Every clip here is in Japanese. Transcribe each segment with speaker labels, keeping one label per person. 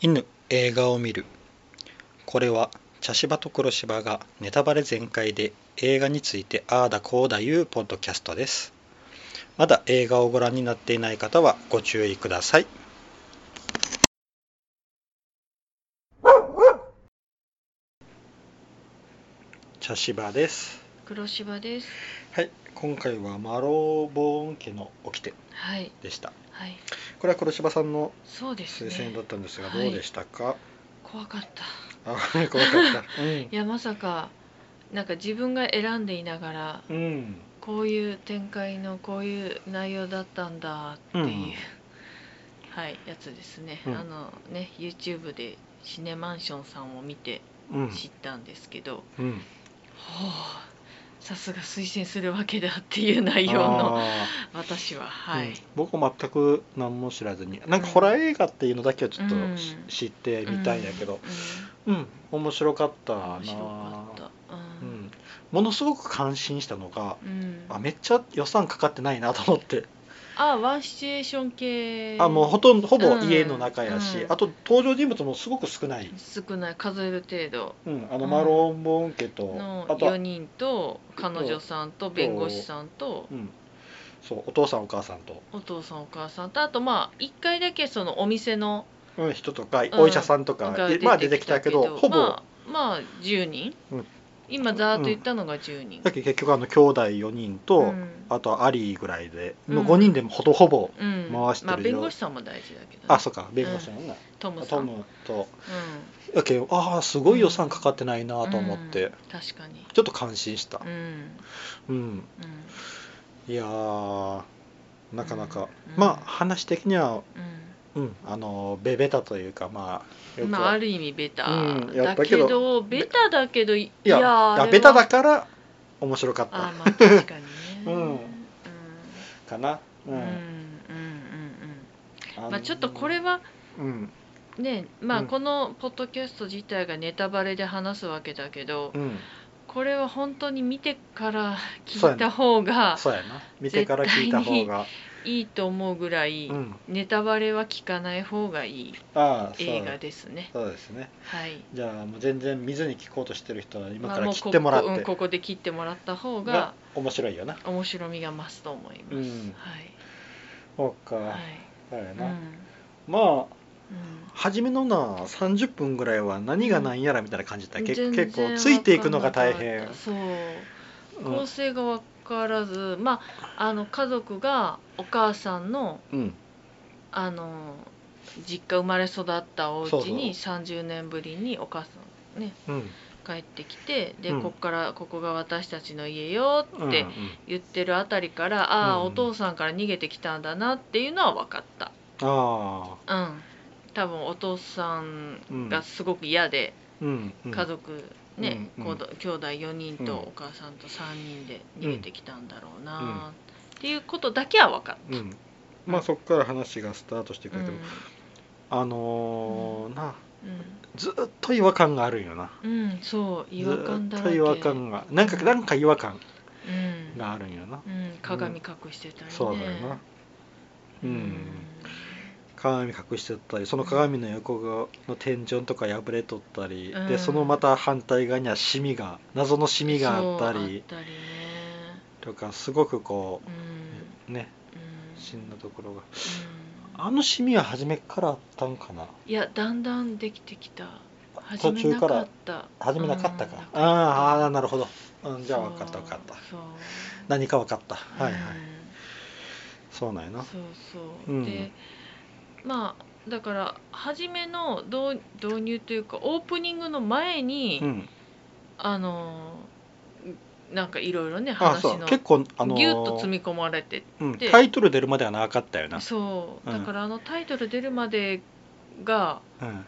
Speaker 1: 犬映画を見るこれは茶芝と黒芝がネタバレ全開で映画についてああだこうだいうポッドキャストですまだ映画をご覧になっていない方はご注意ください茶芝です
Speaker 2: 黒芝です。
Speaker 1: はい今回はマローボーン家の掟
Speaker 2: はい
Speaker 1: でした
Speaker 2: はい。
Speaker 1: これは黒芝さんの
Speaker 2: そうです
Speaker 1: 推
Speaker 2: ね。
Speaker 1: 薦だったんですがど
Speaker 2: はいう
Speaker 1: でしたか、
Speaker 2: 怖かった。
Speaker 1: あ怖か った、うん
Speaker 2: いやまさかなんか自分が選んでいながら
Speaker 1: うん、
Speaker 2: こういう展開のこういう内容だったんだっていう、
Speaker 1: うん
Speaker 2: はいやつですね。
Speaker 1: うん
Speaker 2: あのね YouTube でシネマンションさんを見て
Speaker 1: うん、
Speaker 2: 知ったんですけど、ほ
Speaker 1: うん、
Speaker 2: あさすが推薦するわけだっていう内容の
Speaker 1: あ
Speaker 2: 私は
Speaker 1: ー
Speaker 2: はい、
Speaker 1: うん僕も全く何も知らずになんかホラー映画っていうのだけはちょっと
Speaker 2: うん
Speaker 1: し知ってみたいんやけど
Speaker 2: うんうん
Speaker 1: うん、面白かったな
Speaker 2: 面白かった。
Speaker 1: う
Speaker 2: うん
Speaker 1: ん、ものすごく感心したのが
Speaker 2: うん
Speaker 1: あめっちゃ予算かかってないなと思って、
Speaker 2: あワンシチュエーション系
Speaker 1: あもうほとんどほぼ家の中や
Speaker 2: う
Speaker 1: し、
Speaker 2: んうん
Speaker 1: あと登場人物もすごく少ない、
Speaker 2: 少ない数える程度
Speaker 1: うん、あ
Speaker 2: う
Speaker 1: の
Speaker 2: ん
Speaker 1: マロン・ボン家と、
Speaker 2: の
Speaker 1: あとは
Speaker 2: 4人と彼女さんと弁護士さんと
Speaker 1: うん、そうお父さんお母さんと、
Speaker 2: お父さんお母さんとあとまあ1回だけそのお店の
Speaker 1: うん、人とか
Speaker 2: ん
Speaker 1: お医者さんとか、
Speaker 2: が
Speaker 1: いまあ出てきたけどほぼ、
Speaker 2: まあ、まあ10人、
Speaker 1: うん
Speaker 2: 今ざーっと言ったのが10人
Speaker 1: だ、けど結局あの兄弟4人と、
Speaker 2: うん
Speaker 1: あとはアリーぐらいで
Speaker 2: う
Speaker 1: の
Speaker 2: ん
Speaker 1: 5人でもほぼほぼ、
Speaker 2: う
Speaker 1: 回して
Speaker 2: ん
Speaker 1: るよ
Speaker 2: まあ、弁護士さんも大事だけどね、
Speaker 1: あそうか弁護士のね、
Speaker 2: トムさ
Speaker 1: ト
Speaker 2: ん
Speaker 1: ムと
Speaker 2: う
Speaker 1: だけどああすごい予算かかってないなんと思って、
Speaker 2: うん確かに
Speaker 1: ちょっと感心した
Speaker 2: うん
Speaker 1: うん、
Speaker 2: うん
Speaker 1: いやーなかなか、
Speaker 2: うん
Speaker 1: まあ話的には
Speaker 2: うん
Speaker 1: うんあのベベタというかまあよくは、
Speaker 2: まあある意味ベタ、
Speaker 1: うんや
Speaker 2: だ
Speaker 1: った
Speaker 2: け
Speaker 1: けど
Speaker 2: どベタだけどい
Speaker 1: いやい
Speaker 2: あれ
Speaker 1: や
Speaker 2: は
Speaker 1: ベタだから面白かった
Speaker 2: あまあ確かにね
Speaker 1: うん
Speaker 2: うん
Speaker 1: かなうん、
Speaker 2: うんうんうんう
Speaker 1: の
Speaker 2: んまあちょっとこれは
Speaker 1: うん
Speaker 2: ねま
Speaker 1: う
Speaker 2: あ
Speaker 1: ん
Speaker 2: このポッドキャスト自体がネタバレで話すわけだけど、
Speaker 1: うん
Speaker 2: これは本当に見てから
Speaker 1: そう
Speaker 2: 聞
Speaker 1: や
Speaker 2: い
Speaker 1: な
Speaker 2: た方が
Speaker 1: そうやな見てから聞いた方が
Speaker 2: いいと思うぐらい、
Speaker 1: うん
Speaker 2: ネタバレは聞かない方がいい
Speaker 1: ああそう
Speaker 2: 映画ですね
Speaker 1: そうですね
Speaker 2: はい
Speaker 1: じゃあもう全然見ずに聞こうとしてる人は今か
Speaker 2: まあ
Speaker 1: ら
Speaker 2: もう
Speaker 1: 切ってもらっ
Speaker 2: ここうん
Speaker 1: て
Speaker 2: ここで切ってもらった方が
Speaker 1: が面白いよな
Speaker 2: 面白みが増すと思います。
Speaker 1: うん
Speaker 2: はい。
Speaker 1: そうか、
Speaker 2: はい。
Speaker 1: そうや
Speaker 2: うん
Speaker 1: な、まあ
Speaker 2: うん
Speaker 1: 初めのな30分ぐらいは何が何やらみたいな感じだった、け
Speaker 2: 全然
Speaker 1: 結構ついていくのが大変
Speaker 2: わかんなかったそう。
Speaker 1: うん
Speaker 2: 構成が分からず、まああの家族がお母さんの
Speaker 1: うん
Speaker 2: あの実家生まれ育ったお
Speaker 1: そうそ
Speaker 2: 家
Speaker 1: う
Speaker 2: に30年ぶりにお母さんね
Speaker 1: うん
Speaker 2: 帰ってきて、で、
Speaker 1: うん
Speaker 2: こっからここが私たちの家よ
Speaker 1: う
Speaker 2: っ
Speaker 1: ん
Speaker 2: て言ってるあたりから、ああ、
Speaker 1: うん
Speaker 2: お父さんから逃げてきたんだなっていうのは分かった。
Speaker 1: ああ
Speaker 2: うん、多分お父さんがすごく嫌で、
Speaker 1: うんうん
Speaker 2: 家族ね、
Speaker 1: うん
Speaker 2: こうど兄弟4人と
Speaker 1: うん
Speaker 2: お母さんと3人で逃げてきたんだろうな、っていうことだけは分かっ
Speaker 1: うんまあそっから話がスタートしていく
Speaker 2: た、
Speaker 1: ん
Speaker 2: う
Speaker 1: や
Speaker 2: ん
Speaker 1: けど、あのーな
Speaker 2: う
Speaker 1: ずっと違和感があるんよなん
Speaker 2: うん、そう違和感だ
Speaker 1: ず
Speaker 2: ら
Speaker 1: っと
Speaker 2: け
Speaker 1: 違和感がなんかなんか違和感
Speaker 2: うん
Speaker 1: があるんよな、
Speaker 2: うん、鏡隠してたりね、
Speaker 1: そうだよなう、
Speaker 2: うんん
Speaker 1: 鏡隠してったりその鏡の横がの天井とか破れとったり、
Speaker 2: うん
Speaker 1: でそのまた反対側にはシミが謎のシミがあったり
Speaker 2: そうあったりね
Speaker 1: とかすごくこ
Speaker 2: うん
Speaker 1: うね
Speaker 2: うん
Speaker 1: 死んだところが
Speaker 2: うん
Speaker 1: あのシミは初めからあったんかない
Speaker 2: やだんだんできてきた始
Speaker 1: 途
Speaker 2: め
Speaker 1: 中
Speaker 2: な
Speaker 1: か
Speaker 2: からった
Speaker 1: 初めなかったか、
Speaker 2: うん
Speaker 1: あーあーなるほど、うん、じゃあ
Speaker 2: そう
Speaker 1: 分かった分かった
Speaker 2: そう
Speaker 1: 何か分かったはいはい、
Speaker 2: うん
Speaker 1: そうなんやな
Speaker 2: そうそう、
Speaker 1: うん
Speaker 2: でまあだから初めの導導入というかオープニングの前に、
Speaker 1: うん
Speaker 2: あのーなんかいろいろね
Speaker 1: あ
Speaker 2: 話
Speaker 1: そう
Speaker 2: の
Speaker 1: 結構あのー
Speaker 2: ギュッと積み込まれて
Speaker 1: うん、
Speaker 2: て
Speaker 1: タイトル出るまではなかったよな、
Speaker 2: そう
Speaker 1: うん
Speaker 2: だからあのタイトル出るまでが
Speaker 1: うん、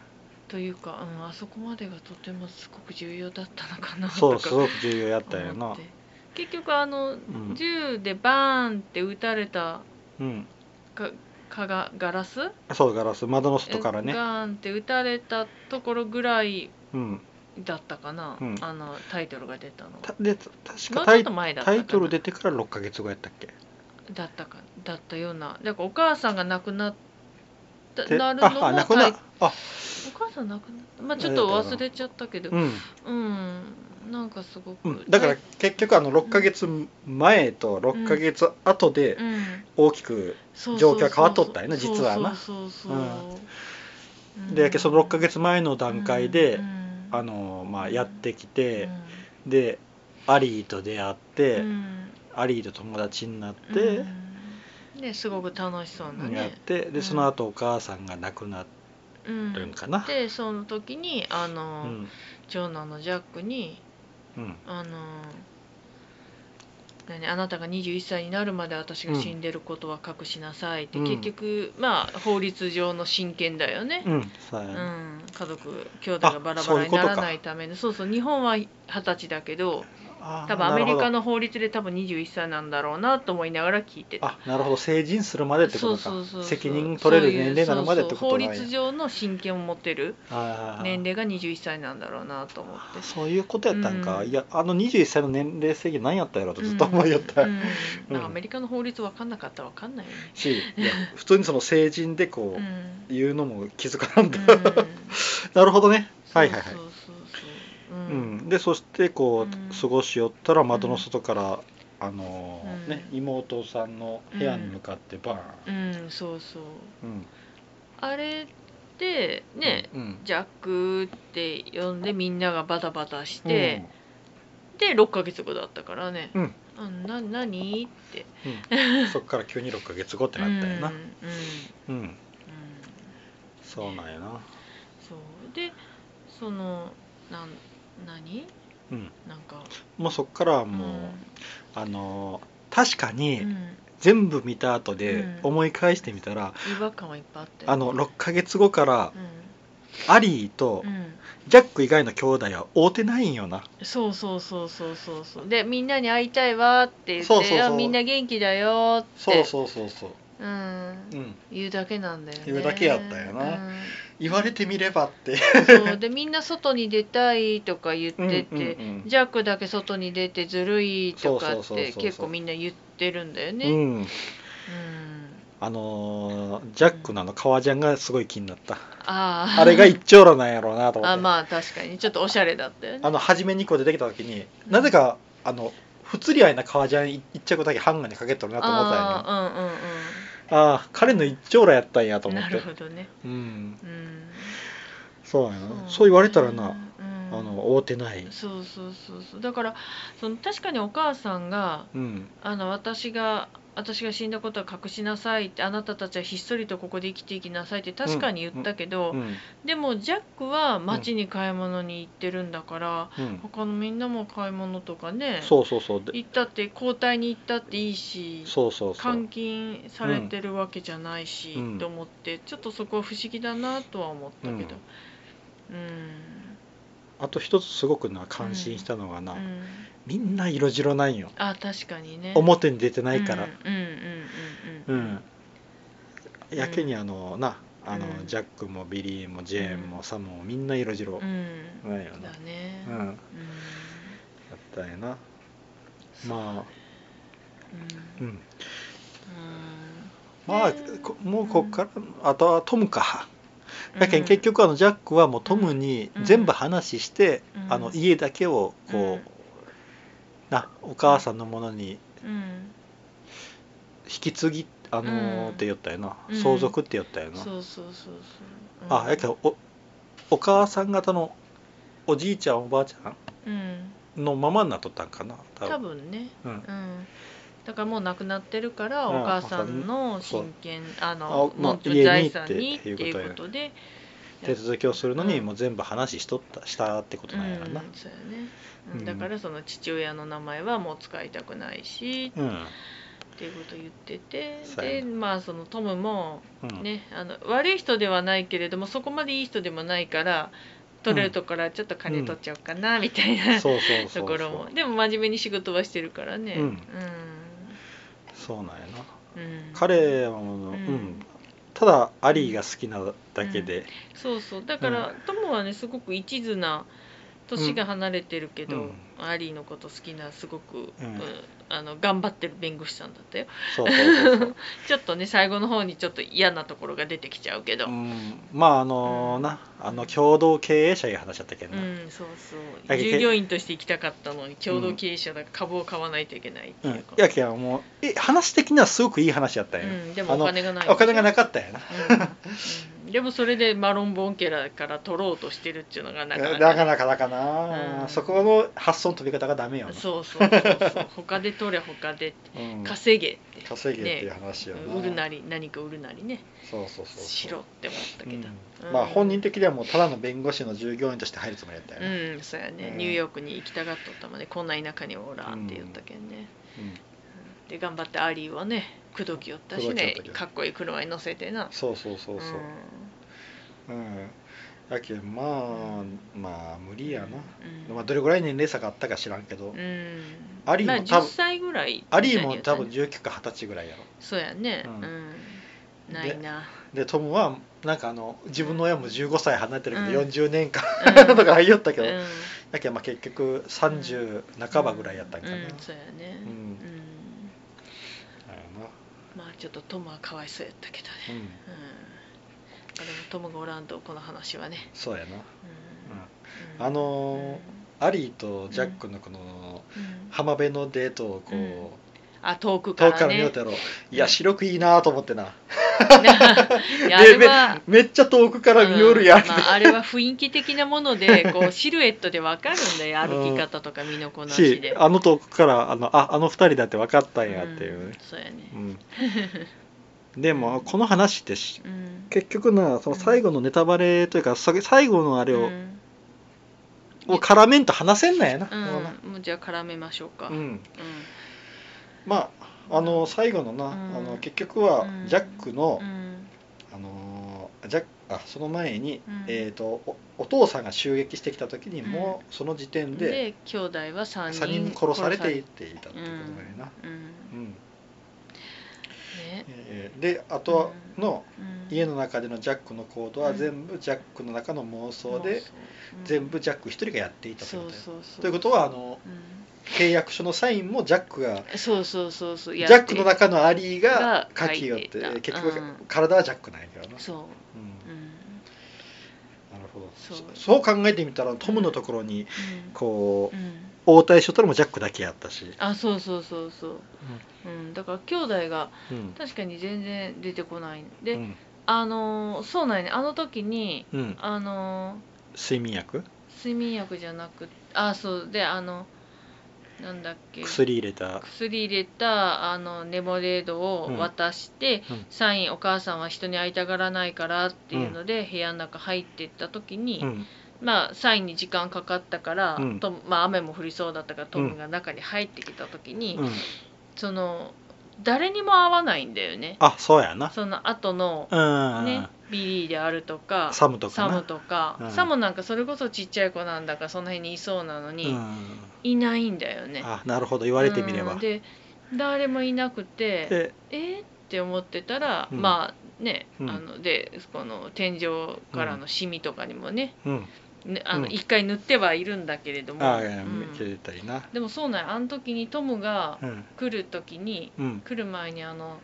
Speaker 2: というか、うん、あそこまでがとてもすごく重要だったのかなと
Speaker 1: そう
Speaker 2: か
Speaker 1: すごく重要やったよ
Speaker 2: 思
Speaker 1: な
Speaker 2: って結局あの
Speaker 1: うん、
Speaker 2: 銃でバーンって撃たれた
Speaker 1: うん、
Speaker 2: かかがガラス
Speaker 1: そうガラス窓の外から
Speaker 2: え
Speaker 1: ね
Speaker 2: ガーンって撃たれたところぐらい
Speaker 1: うん
Speaker 2: だったかな、
Speaker 1: うん
Speaker 2: あのタイトルが出たの
Speaker 1: たで確
Speaker 2: も
Speaker 1: か
Speaker 2: うち
Speaker 1: タ
Speaker 2: ょっ
Speaker 1: イ
Speaker 2: と前だっ
Speaker 1: タ
Speaker 2: たかな
Speaker 1: イトル出てから6ヶ月後やったっけ
Speaker 2: だったかだったようなだからお母さんが亡くなっだ
Speaker 1: て
Speaker 2: なるの
Speaker 1: ああ
Speaker 2: も
Speaker 1: なくな
Speaker 2: 大お
Speaker 1: あ
Speaker 2: 母さん亡くなったまあちょっと忘れちゃったけど
Speaker 1: うん、
Speaker 2: うん、なんかすご
Speaker 1: う
Speaker 2: く
Speaker 1: ん、だから
Speaker 2: だ
Speaker 1: 結局あの6ヶ月前と6ヶ月後で
Speaker 2: うん
Speaker 1: 大きく、
Speaker 2: そう
Speaker 1: 状
Speaker 2: そうそ
Speaker 1: 況
Speaker 2: う
Speaker 1: が変わっとったよな実はな
Speaker 2: そうそうそうそううん
Speaker 1: でやけその6ヶ月前の段階で、
Speaker 2: うん
Speaker 1: あのまあ、やってきて
Speaker 2: う、ん
Speaker 1: でアリーと出会って、
Speaker 2: うん
Speaker 1: アリーと友達になって、
Speaker 2: うんですごく楽しそうな
Speaker 1: やっ
Speaker 2: ね、
Speaker 1: てでその後お母さんが亡くな
Speaker 2: う
Speaker 1: るん
Speaker 2: ん、
Speaker 1: かな、
Speaker 2: でその時にあ
Speaker 1: う
Speaker 2: の、
Speaker 1: ん
Speaker 2: 長男のジャックに
Speaker 1: うん
Speaker 2: あの何あなたが21歳になるまで私が死んでることは隠しなさいって、
Speaker 1: うん
Speaker 2: 結局まあ法律上の親権だよね、
Speaker 1: うんそうやね
Speaker 2: うん、家族兄弟がバラバラにならないためのそうそう日本は二十歳だけど
Speaker 1: あー
Speaker 2: 多分アメリカ
Speaker 1: なる
Speaker 2: の法律で多分21歳なんだろうなと思いながら聞いて
Speaker 1: ほど
Speaker 2: た。
Speaker 1: あなるほど成人するまでってこ
Speaker 2: そう
Speaker 1: とか
Speaker 2: そうそうそう
Speaker 1: 責任取れる年齢になるまでってこと
Speaker 2: そう
Speaker 1: な
Speaker 2: いうそ
Speaker 1: んや
Speaker 2: うそう法律上の親権を持てる
Speaker 1: あー
Speaker 2: 年齢が21歳なんだろうなと思って
Speaker 1: そういうことやったんか、
Speaker 2: うん
Speaker 1: いやあの21歳の年齢制限なんやったんやろとずっと思いよった、
Speaker 2: うんうんなんか
Speaker 1: うん
Speaker 2: アメリカの法律分かんなかったら分かんないよね
Speaker 1: しいや普通にその成人でこう、
Speaker 2: うん
Speaker 1: 言うのも気づかなんだ、
Speaker 2: うん
Speaker 1: なるほどねはいはいはい
Speaker 2: そうそうそう
Speaker 1: う
Speaker 2: そううん
Speaker 1: ん、でそしてこう、
Speaker 2: うん
Speaker 1: 過ごしよったら窓の外から、あのー
Speaker 2: うん
Speaker 1: ね、妹さんの部屋に向かってバーン、
Speaker 2: うんそうそう
Speaker 1: うん
Speaker 2: あれでね
Speaker 1: うん、
Speaker 2: ジャックって呼んでみんながバタバタして、で6ヶ月後だったからね
Speaker 1: うん
Speaker 2: あな何って
Speaker 1: うん、 うんそっから急に6ヶ月後ってなったよな
Speaker 2: うん、う
Speaker 1: うん
Speaker 2: んうん
Speaker 1: そうなんやな、
Speaker 2: そうでそのなん何
Speaker 1: うん、
Speaker 2: なんか
Speaker 1: もうそっからはもう、あのー確か
Speaker 2: うんう
Speaker 1: に
Speaker 2: ん
Speaker 1: 全部見た後で
Speaker 2: うん
Speaker 1: 思い返してみたら、
Speaker 2: 違和感はいっぱいあって
Speaker 1: あの6ヶ月後から
Speaker 2: う
Speaker 1: アリーと
Speaker 2: ん、うん、
Speaker 1: ジャック以外の兄弟は会うてないんよな、
Speaker 2: そうそうそうそうそうそうでみんなに会いたいわって言って
Speaker 1: そうそうそう
Speaker 2: あみんな元気だよって
Speaker 1: そうそうそう、
Speaker 2: うん
Speaker 1: う、ん、
Speaker 2: 言うだけなんだよね
Speaker 1: 言うだけやったよな、言われてみればって
Speaker 2: うんそうでみんな外に出たいとか言ってて、
Speaker 1: うんうんうん
Speaker 2: ジャックだけ外に出てずるいとかっ
Speaker 1: そうそうそうそう
Speaker 2: て
Speaker 1: そう
Speaker 2: 結構みんな言ってるんだよね、
Speaker 1: うん、
Speaker 2: うん
Speaker 1: あのージャックのあの革ジャンがすごい気になった、
Speaker 2: あー
Speaker 1: あれが一丁羅なんやろうなと思って
Speaker 2: あまあ確かにちょっとおしゃれだったよね
Speaker 1: あの初めにこう出てきた時に、
Speaker 2: うん
Speaker 1: なぜかあの不釣り合いな革ジャン一着だけハンガーにかけとるなと思ったよねあ
Speaker 2: あーうんうん
Speaker 1: あー彼の一丁羅やったんやと
Speaker 2: うん
Speaker 1: 思
Speaker 2: な
Speaker 1: って
Speaker 2: るほどね
Speaker 1: うん
Speaker 2: うん
Speaker 1: そうや
Speaker 2: そ
Speaker 1: な
Speaker 2: う
Speaker 1: そう,、
Speaker 2: ね
Speaker 1: 言われたらな、
Speaker 2: うん
Speaker 1: あの会うてない
Speaker 2: そうそうそうそうだからその確かにお母さんが
Speaker 1: うん
Speaker 2: あの私が私が死んだことは隠しなさいってあなたたちはひっそりとここで生きていきなさいって確かに言ったけど、
Speaker 1: うん
Speaker 2: でもジャックは街に買い物に行ってるんだから、
Speaker 1: うん
Speaker 2: 他のみんなも買い物とかね
Speaker 1: そうそうそうで
Speaker 2: 行ったって交代に行ったっていいし
Speaker 1: そうそうそう
Speaker 2: 監禁されてるわけじゃないし、
Speaker 1: うん
Speaker 2: と思ってちょっとそこは不思議だなとは思ったけどうん、
Speaker 1: あと一つすごくな感心したのがな、
Speaker 2: うん、
Speaker 1: みんな色白なんよ
Speaker 2: あ確かにね
Speaker 1: 表に出てないから
Speaker 2: うんうんう
Speaker 1: うん
Speaker 2: うんん、
Speaker 1: やけにあのなあの、
Speaker 2: うん
Speaker 1: ジャックもビリーもジェーンもサムもみんな色白
Speaker 2: うん、うん
Speaker 1: なんよな
Speaker 2: だね
Speaker 1: うん、やったんやな
Speaker 2: うん
Speaker 1: まあ
Speaker 2: う
Speaker 1: うんん
Speaker 2: うん
Speaker 1: まあ
Speaker 2: ね
Speaker 1: こもうこっからあとはトムかやけ
Speaker 2: うん
Speaker 1: ん結局あのジャックはもうトムに全部話して、
Speaker 2: うん
Speaker 1: あの家だけをこう、
Speaker 2: うん
Speaker 1: なお母さんのものに
Speaker 2: うん
Speaker 1: 引き継ぎあのー
Speaker 2: うん
Speaker 1: って言ったよな、
Speaker 2: うん
Speaker 1: 相続って言ったよな、
Speaker 2: そうそうそうそううん
Speaker 1: あやけどおお母さん方のおじいちゃんおばあちゃ
Speaker 2: うん
Speaker 1: んのままになっとったんかな多分
Speaker 2: 多分ね
Speaker 1: うん
Speaker 2: うんだからもう亡くなってるからお
Speaker 1: うん
Speaker 2: 母さんの親権あの
Speaker 1: あまあ
Speaker 2: もう
Speaker 1: 家に
Speaker 2: 財産に
Speaker 1: っ
Speaker 2: ってて
Speaker 1: いうこと
Speaker 2: い
Speaker 1: や
Speaker 2: うことで
Speaker 1: 手続きをするのに
Speaker 2: うん
Speaker 1: もう全部話しとったしたってことなんやろな
Speaker 2: うんそうやねうん
Speaker 1: うん
Speaker 2: だからその父親の名前はもう使いたくないし
Speaker 1: うん、
Speaker 2: っていうことを言ってて
Speaker 1: そうや
Speaker 2: で
Speaker 1: な
Speaker 2: まあそのトムも
Speaker 1: うん
Speaker 2: ねあの悪い人ではないけれどもそこまでいい人でもないから取れるとこからちょっと金取っちゃおうかなみたいな
Speaker 1: そうそうそうそう
Speaker 2: と ころもでも真面目に仕事はしてるからね
Speaker 1: うん
Speaker 2: うん
Speaker 1: そうなんやな
Speaker 2: うん
Speaker 1: 彼はもう、うん
Speaker 2: うん
Speaker 1: ただアリーが好きなだけで、
Speaker 2: そうそうだから、トモはねすごく一途な年が離れてるけど、
Speaker 1: うん
Speaker 2: アリーのこと好きなすごく、
Speaker 1: うん
Speaker 2: うんあの頑張ってる弁護士さんだったよ
Speaker 1: そうそうそう そう
Speaker 2: ちょっとね最後の方にちょっと嫌なところが出てきちゃうけど、
Speaker 1: う
Speaker 2: うん
Speaker 1: んまああのーなあの共同経営者いう話だったけどな、
Speaker 2: そうそ
Speaker 1: だけど
Speaker 2: う従業員として行きたかったのに共同経営者だから株を買わないといけないって
Speaker 1: うん
Speaker 2: いう
Speaker 1: い
Speaker 2: こと、
Speaker 1: やけやもうえ話的にはすごくいい話やったんや、
Speaker 2: うんでもお金がない
Speaker 1: お金がな
Speaker 2: く
Speaker 1: かったんやな
Speaker 2: うんでもそれでマロン・ボンケラから取ろうとしてるっていうのがな
Speaker 1: なか
Speaker 2: かなかね
Speaker 1: なかなかな、
Speaker 2: うん
Speaker 1: そこの発想の飛び方がダメよな
Speaker 2: そうそうそうそう他で取れ他でって
Speaker 1: うん
Speaker 2: 稼げって
Speaker 1: 稼げっていう話よな、
Speaker 2: 売るなり何か売るなりね
Speaker 1: そうそうそうそう
Speaker 2: しろって思ったけど
Speaker 1: うん
Speaker 2: うん
Speaker 1: まあ本人的にはもうただの弁護士の従業員として入るつもりだったよ
Speaker 2: う
Speaker 1: ね、
Speaker 2: ん、そうやね
Speaker 1: うん
Speaker 2: ニューヨークに行きたがっとったもんねこんな田舎におらんって言ったけんね、
Speaker 1: うん
Speaker 2: うんで頑張ってアリーはね口説きよったし
Speaker 1: 口説
Speaker 2: ね
Speaker 1: きよったけど
Speaker 2: かっこいい車に乗せてな
Speaker 1: そうそうそうそううん、やけんまあまあ無理やな、
Speaker 2: うん
Speaker 1: まあ、どれぐらい年齢差があったか知らんけど、
Speaker 2: うん
Speaker 1: アリーも
Speaker 2: まあ、
Speaker 1: 多
Speaker 2: 10
Speaker 1: 分
Speaker 2: 歳ぐらい
Speaker 1: アリーも多分
Speaker 2: 何言ったんや
Speaker 1: 19か20歳ぐらいやろ
Speaker 2: そうやね
Speaker 1: う
Speaker 2: うんん、ないな
Speaker 1: でトムはなんかあの自分の親も15歳離れてるけど、
Speaker 2: うん
Speaker 1: 40年間
Speaker 2: う ん
Speaker 1: とか入りよったけど、
Speaker 2: うん
Speaker 1: やけんまあ結局30半ばぐらいやったんかな、
Speaker 2: うん
Speaker 1: あや
Speaker 2: そうやね
Speaker 1: うん
Speaker 2: うん
Speaker 1: な
Speaker 2: まあちょっとトムはかわいそうやったけど
Speaker 1: う
Speaker 2: ね、
Speaker 1: ん
Speaker 2: うんまあ、でもトムがおらんとこの話はね、
Speaker 1: そうやな、うん、
Speaker 2: うん
Speaker 1: あのアリーとジャックのこの
Speaker 2: うんうん
Speaker 1: 浜辺のデートをこう、
Speaker 2: うんあ遠くか
Speaker 1: 遠くからら見よう
Speaker 2: ね
Speaker 1: てやろういや白くいいなと思ってな
Speaker 2: いやあれは
Speaker 1: めめっちゃ遠くから見よるやん、
Speaker 2: うんまあ、あれは雰囲気的なもの でこうシルエットでわかるんだよ歩き方とか身のこなし
Speaker 1: し
Speaker 2: で。
Speaker 1: あの遠くからあのああの二人だって分かったんやっていうね
Speaker 2: ん、そうやね
Speaker 1: う。ん でもこの話ってし
Speaker 2: うん。
Speaker 1: 結局なその最後のネタバレというかそ最後のあれを,、
Speaker 2: うん
Speaker 1: を絡めんと話せんなんやな、
Speaker 2: う、
Speaker 1: もうなん
Speaker 2: もうじゃあ絡めましょうか。
Speaker 1: う
Speaker 2: うん。
Speaker 1: んまああの最後のな、
Speaker 2: うん
Speaker 1: あの結局は
Speaker 2: うん
Speaker 1: ジャックの、
Speaker 2: うん。
Speaker 1: あのージャックあその前に、
Speaker 2: うん
Speaker 1: えー、とおお父さんが襲撃してきた時にもうその時点で、
Speaker 2: で兄弟は三人
Speaker 1: 3人殺されていっていたっていうことだよな、
Speaker 2: うん。
Speaker 1: うん
Speaker 2: ね。
Speaker 1: えーであとの
Speaker 2: うん
Speaker 1: 家の中でのジャックの行動は全部ジャックの中の妄想で全部ジャック一人がやっていたということだよ
Speaker 2: そうそうそう。
Speaker 1: ということはあの
Speaker 2: うん。
Speaker 1: 契約書のサインもジャックが
Speaker 2: そうそうそうそう。
Speaker 1: ジ
Speaker 2: や
Speaker 1: ャック
Speaker 2: って
Speaker 1: の中のアリーが
Speaker 2: が
Speaker 1: 書きよって
Speaker 2: 書いていた
Speaker 1: 結
Speaker 2: う
Speaker 1: 局
Speaker 2: ん
Speaker 1: 体はジャックなんやけどな、
Speaker 2: そ
Speaker 1: うん
Speaker 2: う。うん。
Speaker 1: なるほど
Speaker 2: そう
Speaker 1: そう考えてみたらトムのところにこ
Speaker 2: う。
Speaker 1: うん
Speaker 2: うん
Speaker 1: 応対しとったのもジャックだけやったし、
Speaker 2: あそうそうそうそう、うん、だから兄弟が
Speaker 1: うん
Speaker 2: 確かに全然出てこないで、
Speaker 1: うん
Speaker 2: あのーそうなんやねあの時に
Speaker 1: うん、
Speaker 2: あの
Speaker 1: 睡眠薬
Speaker 2: ー睡眠薬じゃなくあそうであのなんだっけ
Speaker 1: 薬入れた
Speaker 2: 薬入れたあのネモレードを渡して、
Speaker 1: うんうん
Speaker 2: サインお母さんは人に会いたがらないからっていうので、部屋の中入ってった時に、
Speaker 1: うん
Speaker 2: まあサインに時間かかったから、
Speaker 1: うん
Speaker 2: とまあ、雨も降りそうだったからトムが中に入ってきた時に、
Speaker 1: うん、
Speaker 2: その誰にも会わないんだよね
Speaker 1: あそうやな
Speaker 2: その後の
Speaker 1: うん、
Speaker 2: ねビリーであるとか
Speaker 1: サムとか
Speaker 2: サ
Speaker 1: な
Speaker 2: ムとか、
Speaker 1: うん
Speaker 2: サムなんかそれこそちっちゃい子なんだかその辺にいそうなのに、
Speaker 1: うん
Speaker 2: いないんだよね
Speaker 1: あなるほど言われてみれば、
Speaker 2: うん
Speaker 1: で
Speaker 2: で誰もいなくてえーって思ってたら、
Speaker 1: うん
Speaker 2: まあね、
Speaker 1: うん
Speaker 2: あのでこの天井からのシミとかにもね
Speaker 1: うん
Speaker 2: ねあの
Speaker 1: うん
Speaker 2: 一回塗ってはいるんだけれども、
Speaker 1: ああいや
Speaker 2: うん
Speaker 1: 見てたりな
Speaker 2: でもそうなんやあの時にトムが
Speaker 1: うん
Speaker 2: 来る時に
Speaker 1: うん
Speaker 2: 来る前にあの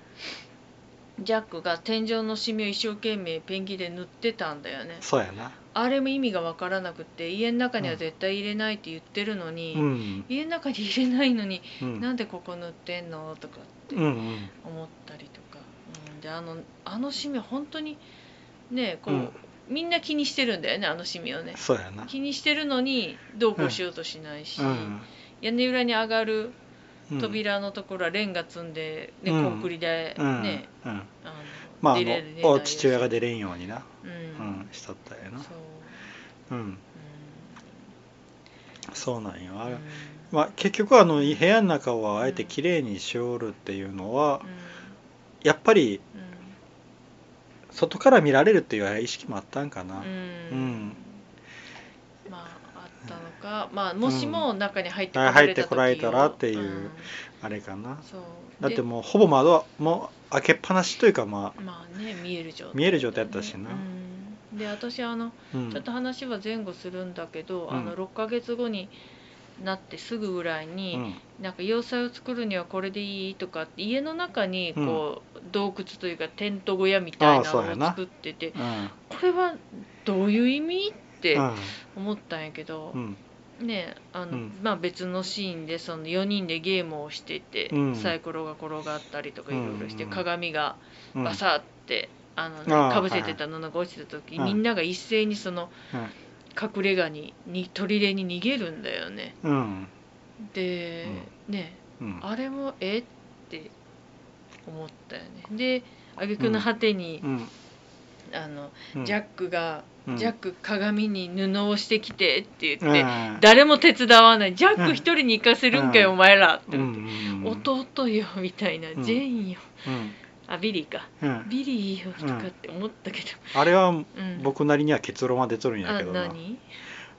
Speaker 2: ジャックが天井のシミを一生懸命ペンキで塗ってたんだよね
Speaker 1: そうやな
Speaker 2: あれも意味が分からなくて家の中には絶対入れないって言ってるのに、
Speaker 1: うん
Speaker 2: 家の中に入れないのに、
Speaker 1: うん
Speaker 2: なんでここ塗ってんのとかって
Speaker 1: うんうん
Speaker 2: 思ったりとか、うん、であのあのシミは本当にねこう、
Speaker 1: うん
Speaker 2: みんな気にしてるんだよねあのシミをね
Speaker 1: そうやな
Speaker 2: 気にしてるのにどうこうしようとしないし、
Speaker 1: うん
Speaker 2: 屋根裏に上がる
Speaker 1: うん
Speaker 2: 扉のところはレンガ積んで、ね
Speaker 1: うん
Speaker 2: コンクリで
Speaker 1: うん
Speaker 2: ね、
Speaker 1: うん
Speaker 2: あの
Speaker 1: まああ
Speaker 2: 出れる出ない
Speaker 1: のお父親が
Speaker 2: で
Speaker 1: 出れんようにな
Speaker 2: す、うん
Speaker 1: うんしとったんやな
Speaker 2: そ
Speaker 1: う
Speaker 2: う、
Speaker 1: んそうなんよ
Speaker 2: うん
Speaker 1: あれ
Speaker 2: うん
Speaker 1: まあ結局あの部屋の中をあえて綺麗にしおるっていうのはやっぱり外から見られるっていう意識もあったんかな
Speaker 2: うんう
Speaker 1: うん
Speaker 2: んまああったのか、まあ、もしも中に入ってこ
Speaker 1: うん
Speaker 2: られ
Speaker 1: 入ったてこられたらっていう
Speaker 2: 時をん
Speaker 1: あれかな
Speaker 2: そう
Speaker 1: だって
Speaker 2: で
Speaker 1: もうほぼ窓はもう開けっぱなしというかまあ
Speaker 2: まあね見える状態
Speaker 1: 見える状態だったしな
Speaker 2: うんで私あの
Speaker 1: うん
Speaker 2: ちょっと話は前後するんだけど、
Speaker 1: うん
Speaker 2: あの6ヶ月後になってすぐぐらいに、
Speaker 1: うん
Speaker 2: なんか要塞を作るにはこれでいいとかって家の中にこう、洞窟というかテント小屋みたい
Speaker 1: ああ
Speaker 2: な
Speaker 1: そうや
Speaker 2: の
Speaker 1: な
Speaker 2: を作ってて
Speaker 1: うん
Speaker 2: これはどういう意味って
Speaker 1: うん
Speaker 2: 思ったんやけど
Speaker 1: う、ん
Speaker 2: ねあの
Speaker 1: うん
Speaker 2: まあ、別のシーンでその4人でゲームをしてて、
Speaker 1: うん
Speaker 2: サイコロが転がったりとかいろいろして、
Speaker 1: うん
Speaker 2: 鏡が
Speaker 1: うん
Speaker 2: バサって、あの
Speaker 1: ああ
Speaker 2: かぶせてたのが落ちた時、
Speaker 1: はい
Speaker 2: みんなが一斉にその
Speaker 1: うん
Speaker 2: 隠れ家にに砦に逃げるんだよね。
Speaker 1: うん
Speaker 2: で、ね
Speaker 1: うん
Speaker 2: あれもえって思ったよね。で挙句の果てに
Speaker 1: う、ん
Speaker 2: あの
Speaker 1: うん
Speaker 2: ジャックが、
Speaker 1: うん
Speaker 2: ジャック鏡に布をしてきてって言って、
Speaker 1: うん
Speaker 2: 誰も手伝わないジャッ
Speaker 1: うん
Speaker 2: ク一人に行かせるんかよ、
Speaker 1: うん
Speaker 2: お前らって
Speaker 1: うん
Speaker 2: 思って、
Speaker 1: うん
Speaker 2: 弟よみたいな、
Speaker 1: ん
Speaker 2: ジェーンよ
Speaker 1: うん
Speaker 2: あビリーか
Speaker 1: うん
Speaker 2: ビリーよとかって思ったけど、
Speaker 1: あれは
Speaker 2: うん、
Speaker 1: 僕なりには結論は出とるんや
Speaker 2: あ
Speaker 1: けどな
Speaker 2: 何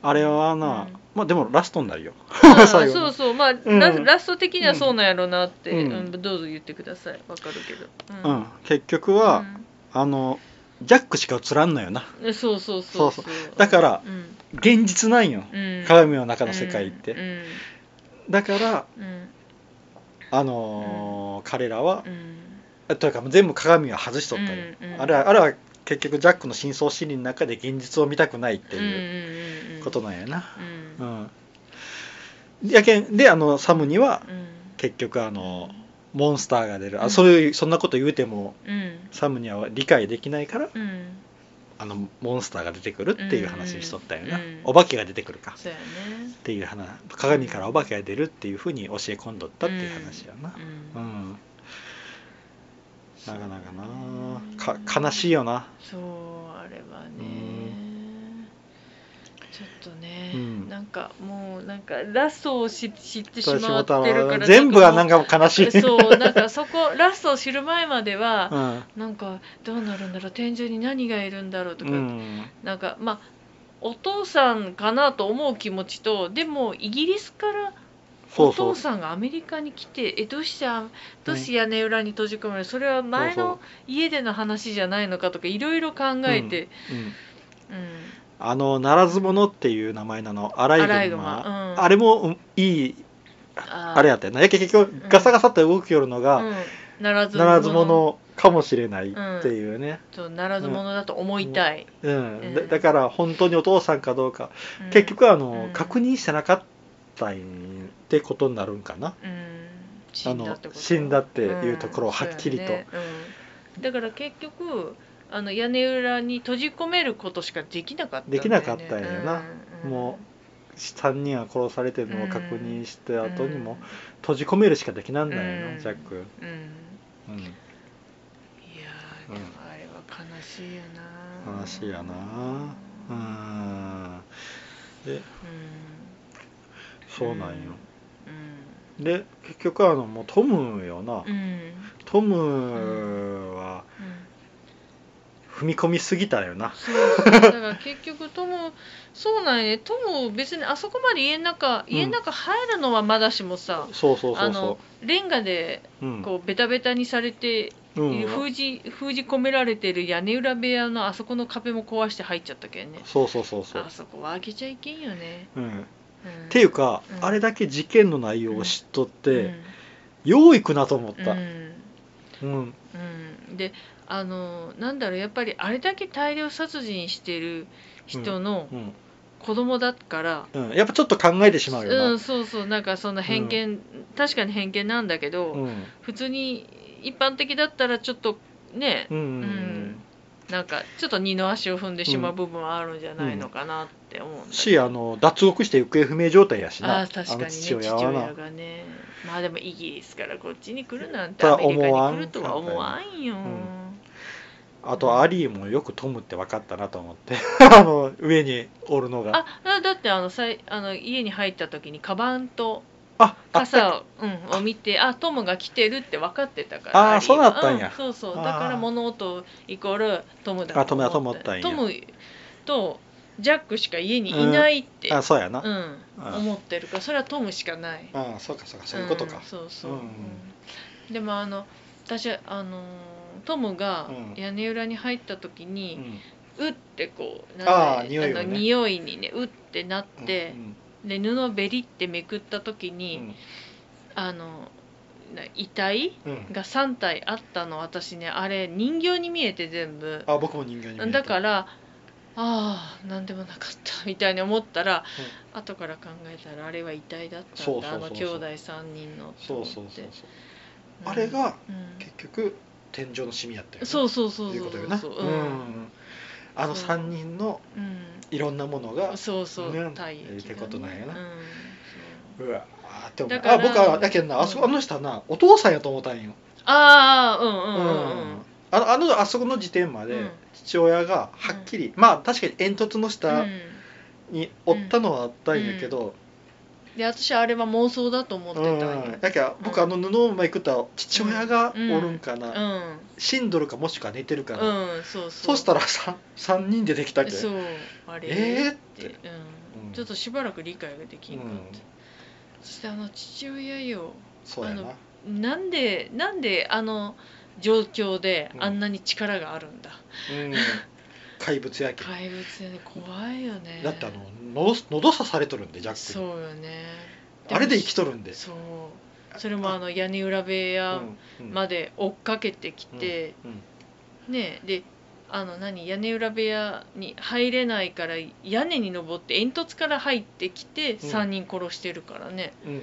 Speaker 1: あれはな
Speaker 2: うん
Speaker 1: まあでもラストになるよ
Speaker 2: あ
Speaker 1: 最後
Speaker 2: そ
Speaker 1: の
Speaker 2: うそうまあ、
Speaker 1: ん
Speaker 2: ララスト的にはそうなんやろうなって、
Speaker 1: うん
Speaker 2: うんどうぞ言ってくださいわかるけどう
Speaker 1: うん結局はあのジャックしか映らんのよな
Speaker 2: うんそうそうそう
Speaker 1: そう
Speaker 2: そう
Speaker 1: だから
Speaker 2: うん
Speaker 1: 現実なんよ
Speaker 2: うん、
Speaker 1: 鏡の中の世界ってだから
Speaker 2: うんうん
Speaker 1: あのー彼らは
Speaker 2: うんうん
Speaker 1: というか全部鏡は外しとったよ
Speaker 2: うんうん
Speaker 1: あれはあれは結局ジャックの深層心理の中で現実を見たくないっていう
Speaker 2: い
Speaker 1: こと
Speaker 2: の
Speaker 1: なんやな
Speaker 2: うん
Speaker 1: う
Speaker 2: うん
Speaker 1: んやけんであのサムには
Speaker 2: うん
Speaker 1: 結局あのモンスターが出る
Speaker 2: う
Speaker 1: あ
Speaker 2: ん
Speaker 1: そういうそんなこと言うても
Speaker 2: うん
Speaker 1: サムには理解できないから
Speaker 2: うん
Speaker 1: あのモンスターが出てくるっていう話にしとったよな、
Speaker 2: うん
Speaker 1: お化けが出てくるか
Speaker 2: そうやね
Speaker 1: っていう話鏡からお化けが出るっていうふうに教え込んどったっていう話やな
Speaker 2: う
Speaker 1: うんん、なかなかなか悲しいよな
Speaker 2: そうあれはね、
Speaker 1: う
Speaker 2: ちょっとね、
Speaker 1: うん
Speaker 2: なんかもうなんかラストをし知ってし
Speaker 1: そうし
Speaker 2: ま
Speaker 1: も
Speaker 2: ったてるから
Speaker 1: ら全部がなん
Speaker 2: か
Speaker 1: か悲
Speaker 2: も
Speaker 1: しい、
Speaker 2: う
Speaker 1: うん、
Speaker 2: そうなんかそこ ラストを知る前までは、
Speaker 1: うん
Speaker 2: なんかどうなるんだろう天井に何がいるんだろうと
Speaker 1: う
Speaker 2: か、
Speaker 1: ん
Speaker 2: なんかまあお父さんかなと思う気持ちとでもイギリスから
Speaker 1: そ
Speaker 2: お
Speaker 1: うそう
Speaker 2: 父さんがアメリカに来てえどうしてあどうして屋根裏に閉じ込めるそれは
Speaker 1: そう
Speaker 2: 前
Speaker 1: そう
Speaker 2: の家での話じゃないのかとかいろいろ考えて、
Speaker 1: うん
Speaker 2: うん
Speaker 1: あの「ならず者」っていう名前なのアライグマ
Speaker 2: アライグマうん
Speaker 1: あれもうんいい
Speaker 2: あー
Speaker 1: あれやったよなやけ結局ガサガサって動きよるのが、
Speaker 2: うん、ならず
Speaker 1: ならず者かもしれないっていうね、
Speaker 2: とならず者だと思いたい、
Speaker 1: うん
Speaker 2: うん
Speaker 1: だだから本当にお父さんかどうか、
Speaker 2: うん
Speaker 1: 結、局あの、
Speaker 2: うん
Speaker 1: 確認してなかったんってことになるんかな、
Speaker 2: うん、死ん
Speaker 1: あ
Speaker 2: だってこ
Speaker 1: の
Speaker 2: と
Speaker 1: 死んだっていうところを
Speaker 2: ん
Speaker 1: はっきりと
Speaker 2: そうやねうんだから結局あの屋根裏に閉じ込めることしかできなかったんだよね
Speaker 1: できなかったんやな、
Speaker 2: うん
Speaker 1: も3人は殺されてるのを確認して
Speaker 2: うん
Speaker 1: 後にも閉じ込めるしかできなんだよな、
Speaker 2: うん
Speaker 1: ジャック、
Speaker 2: うん、
Speaker 1: うん、
Speaker 2: いやーでもあれは悲しいよな
Speaker 1: 悲しいやなう
Speaker 2: うん
Speaker 1: んでそうなんよ、
Speaker 2: う
Speaker 1: で結局あのもうトムよな、
Speaker 2: んうん
Speaker 1: トムは
Speaker 2: うん
Speaker 1: 踏み込みすぎたよな
Speaker 2: そうそうだから結局トムそうなんやねトム別にあそこまで家の
Speaker 1: う
Speaker 2: 中
Speaker 1: ん
Speaker 2: 家の中入るのはまだしもさ、
Speaker 1: そうそうそ
Speaker 2: あ
Speaker 1: うそ
Speaker 2: のレンガで
Speaker 1: ううん
Speaker 2: こうベタベタにされて、
Speaker 1: うん
Speaker 2: 封じ封じ込められてる屋根裏部屋のあそこの壁も壊して入っちゃったけんね
Speaker 1: そうそうそうそう
Speaker 2: あそこは開けちゃいけんよね、
Speaker 1: うん
Speaker 2: うん、
Speaker 1: っていうか、
Speaker 2: うん
Speaker 1: あれだけ事件の内容を知っとって、
Speaker 2: うん
Speaker 1: よう行くなと思った、
Speaker 2: う
Speaker 1: うん
Speaker 2: んうんであのなんだろうやっぱりあれだけ大量殺人してる人の
Speaker 1: うん
Speaker 2: 子供だから、
Speaker 1: うんやっぱちょっと考えてしまうよな、
Speaker 2: うん、そうそうなんかその偏見、確かに偏見なんだけど、
Speaker 1: うん
Speaker 2: 普通に一般的だったらちょっとね
Speaker 1: うん
Speaker 2: なんかちょっと二の足を踏んでしまう部分はあるんじゃないのかなって思うんだけど
Speaker 1: しあの脱獄して行方不明状態やしな
Speaker 2: あー確かに
Speaker 1: の
Speaker 2: ね
Speaker 1: 父
Speaker 2: 父
Speaker 1: 親はな
Speaker 2: 親がねまあでもイギリスからこっちに来るなんて
Speaker 1: と
Speaker 2: ア
Speaker 1: は
Speaker 2: メリカに
Speaker 1: 思わん
Speaker 2: 来るとは思わんよ、
Speaker 1: あとアリーもよくトムって分かったなと思って あの上におるのが
Speaker 2: あだだってあのさいあの家に入った時にカバンと
Speaker 1: ああった
Speaker 2: 傘を,、うん、を見てあトムが来てるって分かってたか
Speaker 1: あー
Speaker 2: らリー
Speaker 1: そうだったんや
Speaker 2: うそうそう
Speaker 1: あー
Speaker 2: だから物音イコールトムだ
Speaker 1: あトムだと思ったんや
Speaker 2: トムとジャックしか家にいないって、うん
Speaker 1: あそうやな、あ
Speaker 2: 思ってるからそれはトムしかない
Speaker 1: ああそうかそうかそういうことか
Speaker 2: ん、そうそう、
Speaker 1: うん
Speaker 2: でもあの私あのートムが
Speaker 1: うん
Speaker 2: 屋根裏に入った時
Speaker 1: う
Speaker 2: に、
Speaker 1: ん
Speaker 2: うってこう
Speaker 1: あー
Speaker 2: なん
Speaker 1: 匂いをね
Speaker 2: だあの匂いにねうってなって
Speaker 1: う、ん
Speaker 2: で布をベリってめくった時
Speaker 1: う
Speaker 2: に、
Speaker 1: ん
Speaker 2: あのな遺体
Speaker 1: うんうん
Speaker 2: が3体あったの私ねあれ人形に見えて全部
Speaker 1: あ僕も人形に見えた
Speaker 2: だからああ何でもなかった みたいに思ったら、後から考えたらあれは遺体だった
Speaker 1: そ
Speaker 2: ん
Speaker 1: うそう
Speaker 2: だ
Speaker 1: そ
Speaker 2: あ
Speaker 1: うそう
Speaker 2: の兄弟3人のと
Speaker 1: そう
Speaker 2: 思って
Speaker 1: そうそうそう
Speaker 2: うん
Speaker 1: あれが
Speaker 2: うん
Speaker 1: 結局天井のシミやったよね
Speaker 2: そうそうそう
Speaker 1: い
Speaker 2: そう
Speaker 1: こ
Speaker 2: う
Speaker 1: とよ
Speaker 2: そ
Speaker 1: な
Speaker 2: う
Speaker 1: う
Speaker 2: そ
Speaker 1: ん
Speaker 2: ううん
Speaker 1: あの
Speaker 2: そ
Speaker 1: 3
Speaker 2: う
Speaker 1: 人のいろんなものが
Speaker 2: うんそうそう
Speaker 1: ね
Speaker 2: 体液がね
Speaker 1: ってことなんやな
Speaker 2: うんそう
Speaker 1: うわーって思う
Speaker 2: だから
Speaker 1: あ僕はだけどなあそこあの人はなお父さんやと思ったんよ
Speaker 2: ああ
Speaker 1: う
Speaker 2: うんうんうんうん
Speaker 1: んあのあのあそこの時点ま
Speaker 2: う
Speaker 1: で
Speaker 2: ん
Speaker 1: 父親がはっきりまあ確かに煙突の
Speaker 2: う
Speaker 1: 下
Speaker 2: ん
Speaker 1: におったのはあったんやけど
Speaker 2: で私あれは妄想だと思って
Speaker 1: うん
Speaker 2: たんよ
Speaker 1: だけど僕あの布をまくったら父親がおるんか
Speaker 2: う
Speaker 1: なん死んどるかもしくは寝てるから
Speaker 2: うんそうそう
Speaker 1: そしたら 3, 三人出てきたんだよ
Speaker 2: そうあれ
Speaker 1: えーっ
Speaker 2: ってて、
Speaker 1: う
Speaker 2: うんん、ちょっとしばらく理解ができんかった、
Speaker 1: うん
Speaker 2: そしてあの父親よ
Speaker 1: そうやな
Speaker 2: あのなんでなんであの状況で
Speaker 1: うん
Speaker 2: あんなに力があるんだ、
Speaker 1: うん怪物やけ
Speaker 2: 怪物やね怖いよね
Speaker 1: だってあのの喉刺されとるんでジャックに
Speaker 2: そうよね
Speaker 1: あれで生きとるんで
Speaker 2: そうそれもあの屋根裏部屋
Speaker 1: うんうん
Speaker 2: まで追っかけてきて、
Speaker 1: うん
Speaker 2: ねえであの何屋根裏部屋に入れないから屋根に登って煙突から入ってきて3人殺してるからね、
Speaker 1: うんうん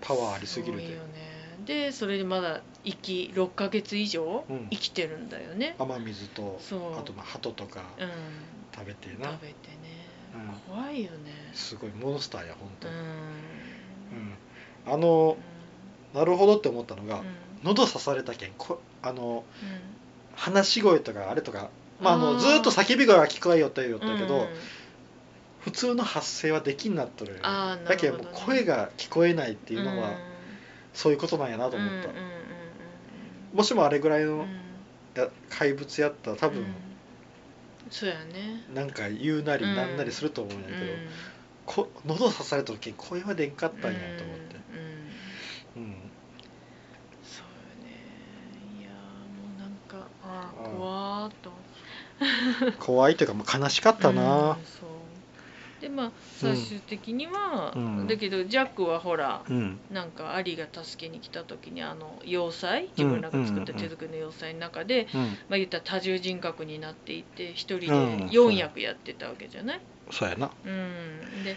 Speaker 1: パワーありすぎる
Speaker 2: ごい
Speaker 1: で
Speaker 2: よねでそれでまだ生き6ヶ月以上
Speaker 1: うん
Speaker 2: 生きてるんだよね、
Speaker 1: 雨水と
Speaker 2: そう
Speaker 1: あとまあ鳩とか
Speaker 2: うん
Speaker 1: 食べて
Speaker 2: 食べてね
Speaker 1: な、
Speaker 2: 怖いよね
Speaker 1: すごいモンスターや本
Speaker 2: う
Speaker 1: 当
Speaker 2: ん、
Speaker 1: うんあのなるほどって思ったの
Speaker 2: うん
Speaker 1: が
Speaker 2: うん
Speaker 1: 喉刺されたけんこあの
Speaker 2: うん
Speaker 1: 話し声とかあれとかまああ
Speaker 2: あ
Speaker 1: の
Speaker 2: ー
Speaker 1: ずーっと叫び声は聞こえよったよったけど、
Speaker 2: うん
Speaker 1: 普通の発声はできんなっとるよね
Speaker 2: あーな
Speaker 1: だ
Speaker 2: るほ
Speaker 1: けど
Speaker 2: どね
Speaker 1: もう声が聞こえないっていうのは、
Speaker 2: ん
Speaker 1: そういうことなんやなと思った、
Speaker 2: うんうんうん
Speaker 1: もしもあれぐらい
Speaker 2: うん
Speaker 1: のや怪物やったら多分
Speaker 2: うんそうやね
Speaker 1: なんか言うなり
Speaker 2: うん
Speaker 1: なんなりすると思うんやけど、こ喉刺された時に声は出んかったんやと思って、
Speaker 2: うんうん
Speaker 1: うん
Speaker 2: そうよねいやーもうなんかあ
Speaker 1: あ
Speaker 2: あ
Speaker 1: ー
Speaker 2: 怖ーっと思って
Speaker 1: 怖いというかもう悲しかった
Speaker 2: うん
Speaker 1: な、
Speaker 2: そうでまあ
Speaker 1: うん
Speaker 2: 最終的には、
Speaker 1: うん
Speaker 2: だけどジャックはほら
Speaker 1: うん
Speaker 2: なんかアリが助けに来た時にあの要塞自分らが作った手作りの要塞の中で、
Speaker 1: うん
Speaker 2: まあ、言ったら多重人格になっていて一人で
Speaker 1: うん
Speaker 2: 4役やってたわけじゃない、
Speaker 1: そうやな
Speaker 2: うん、で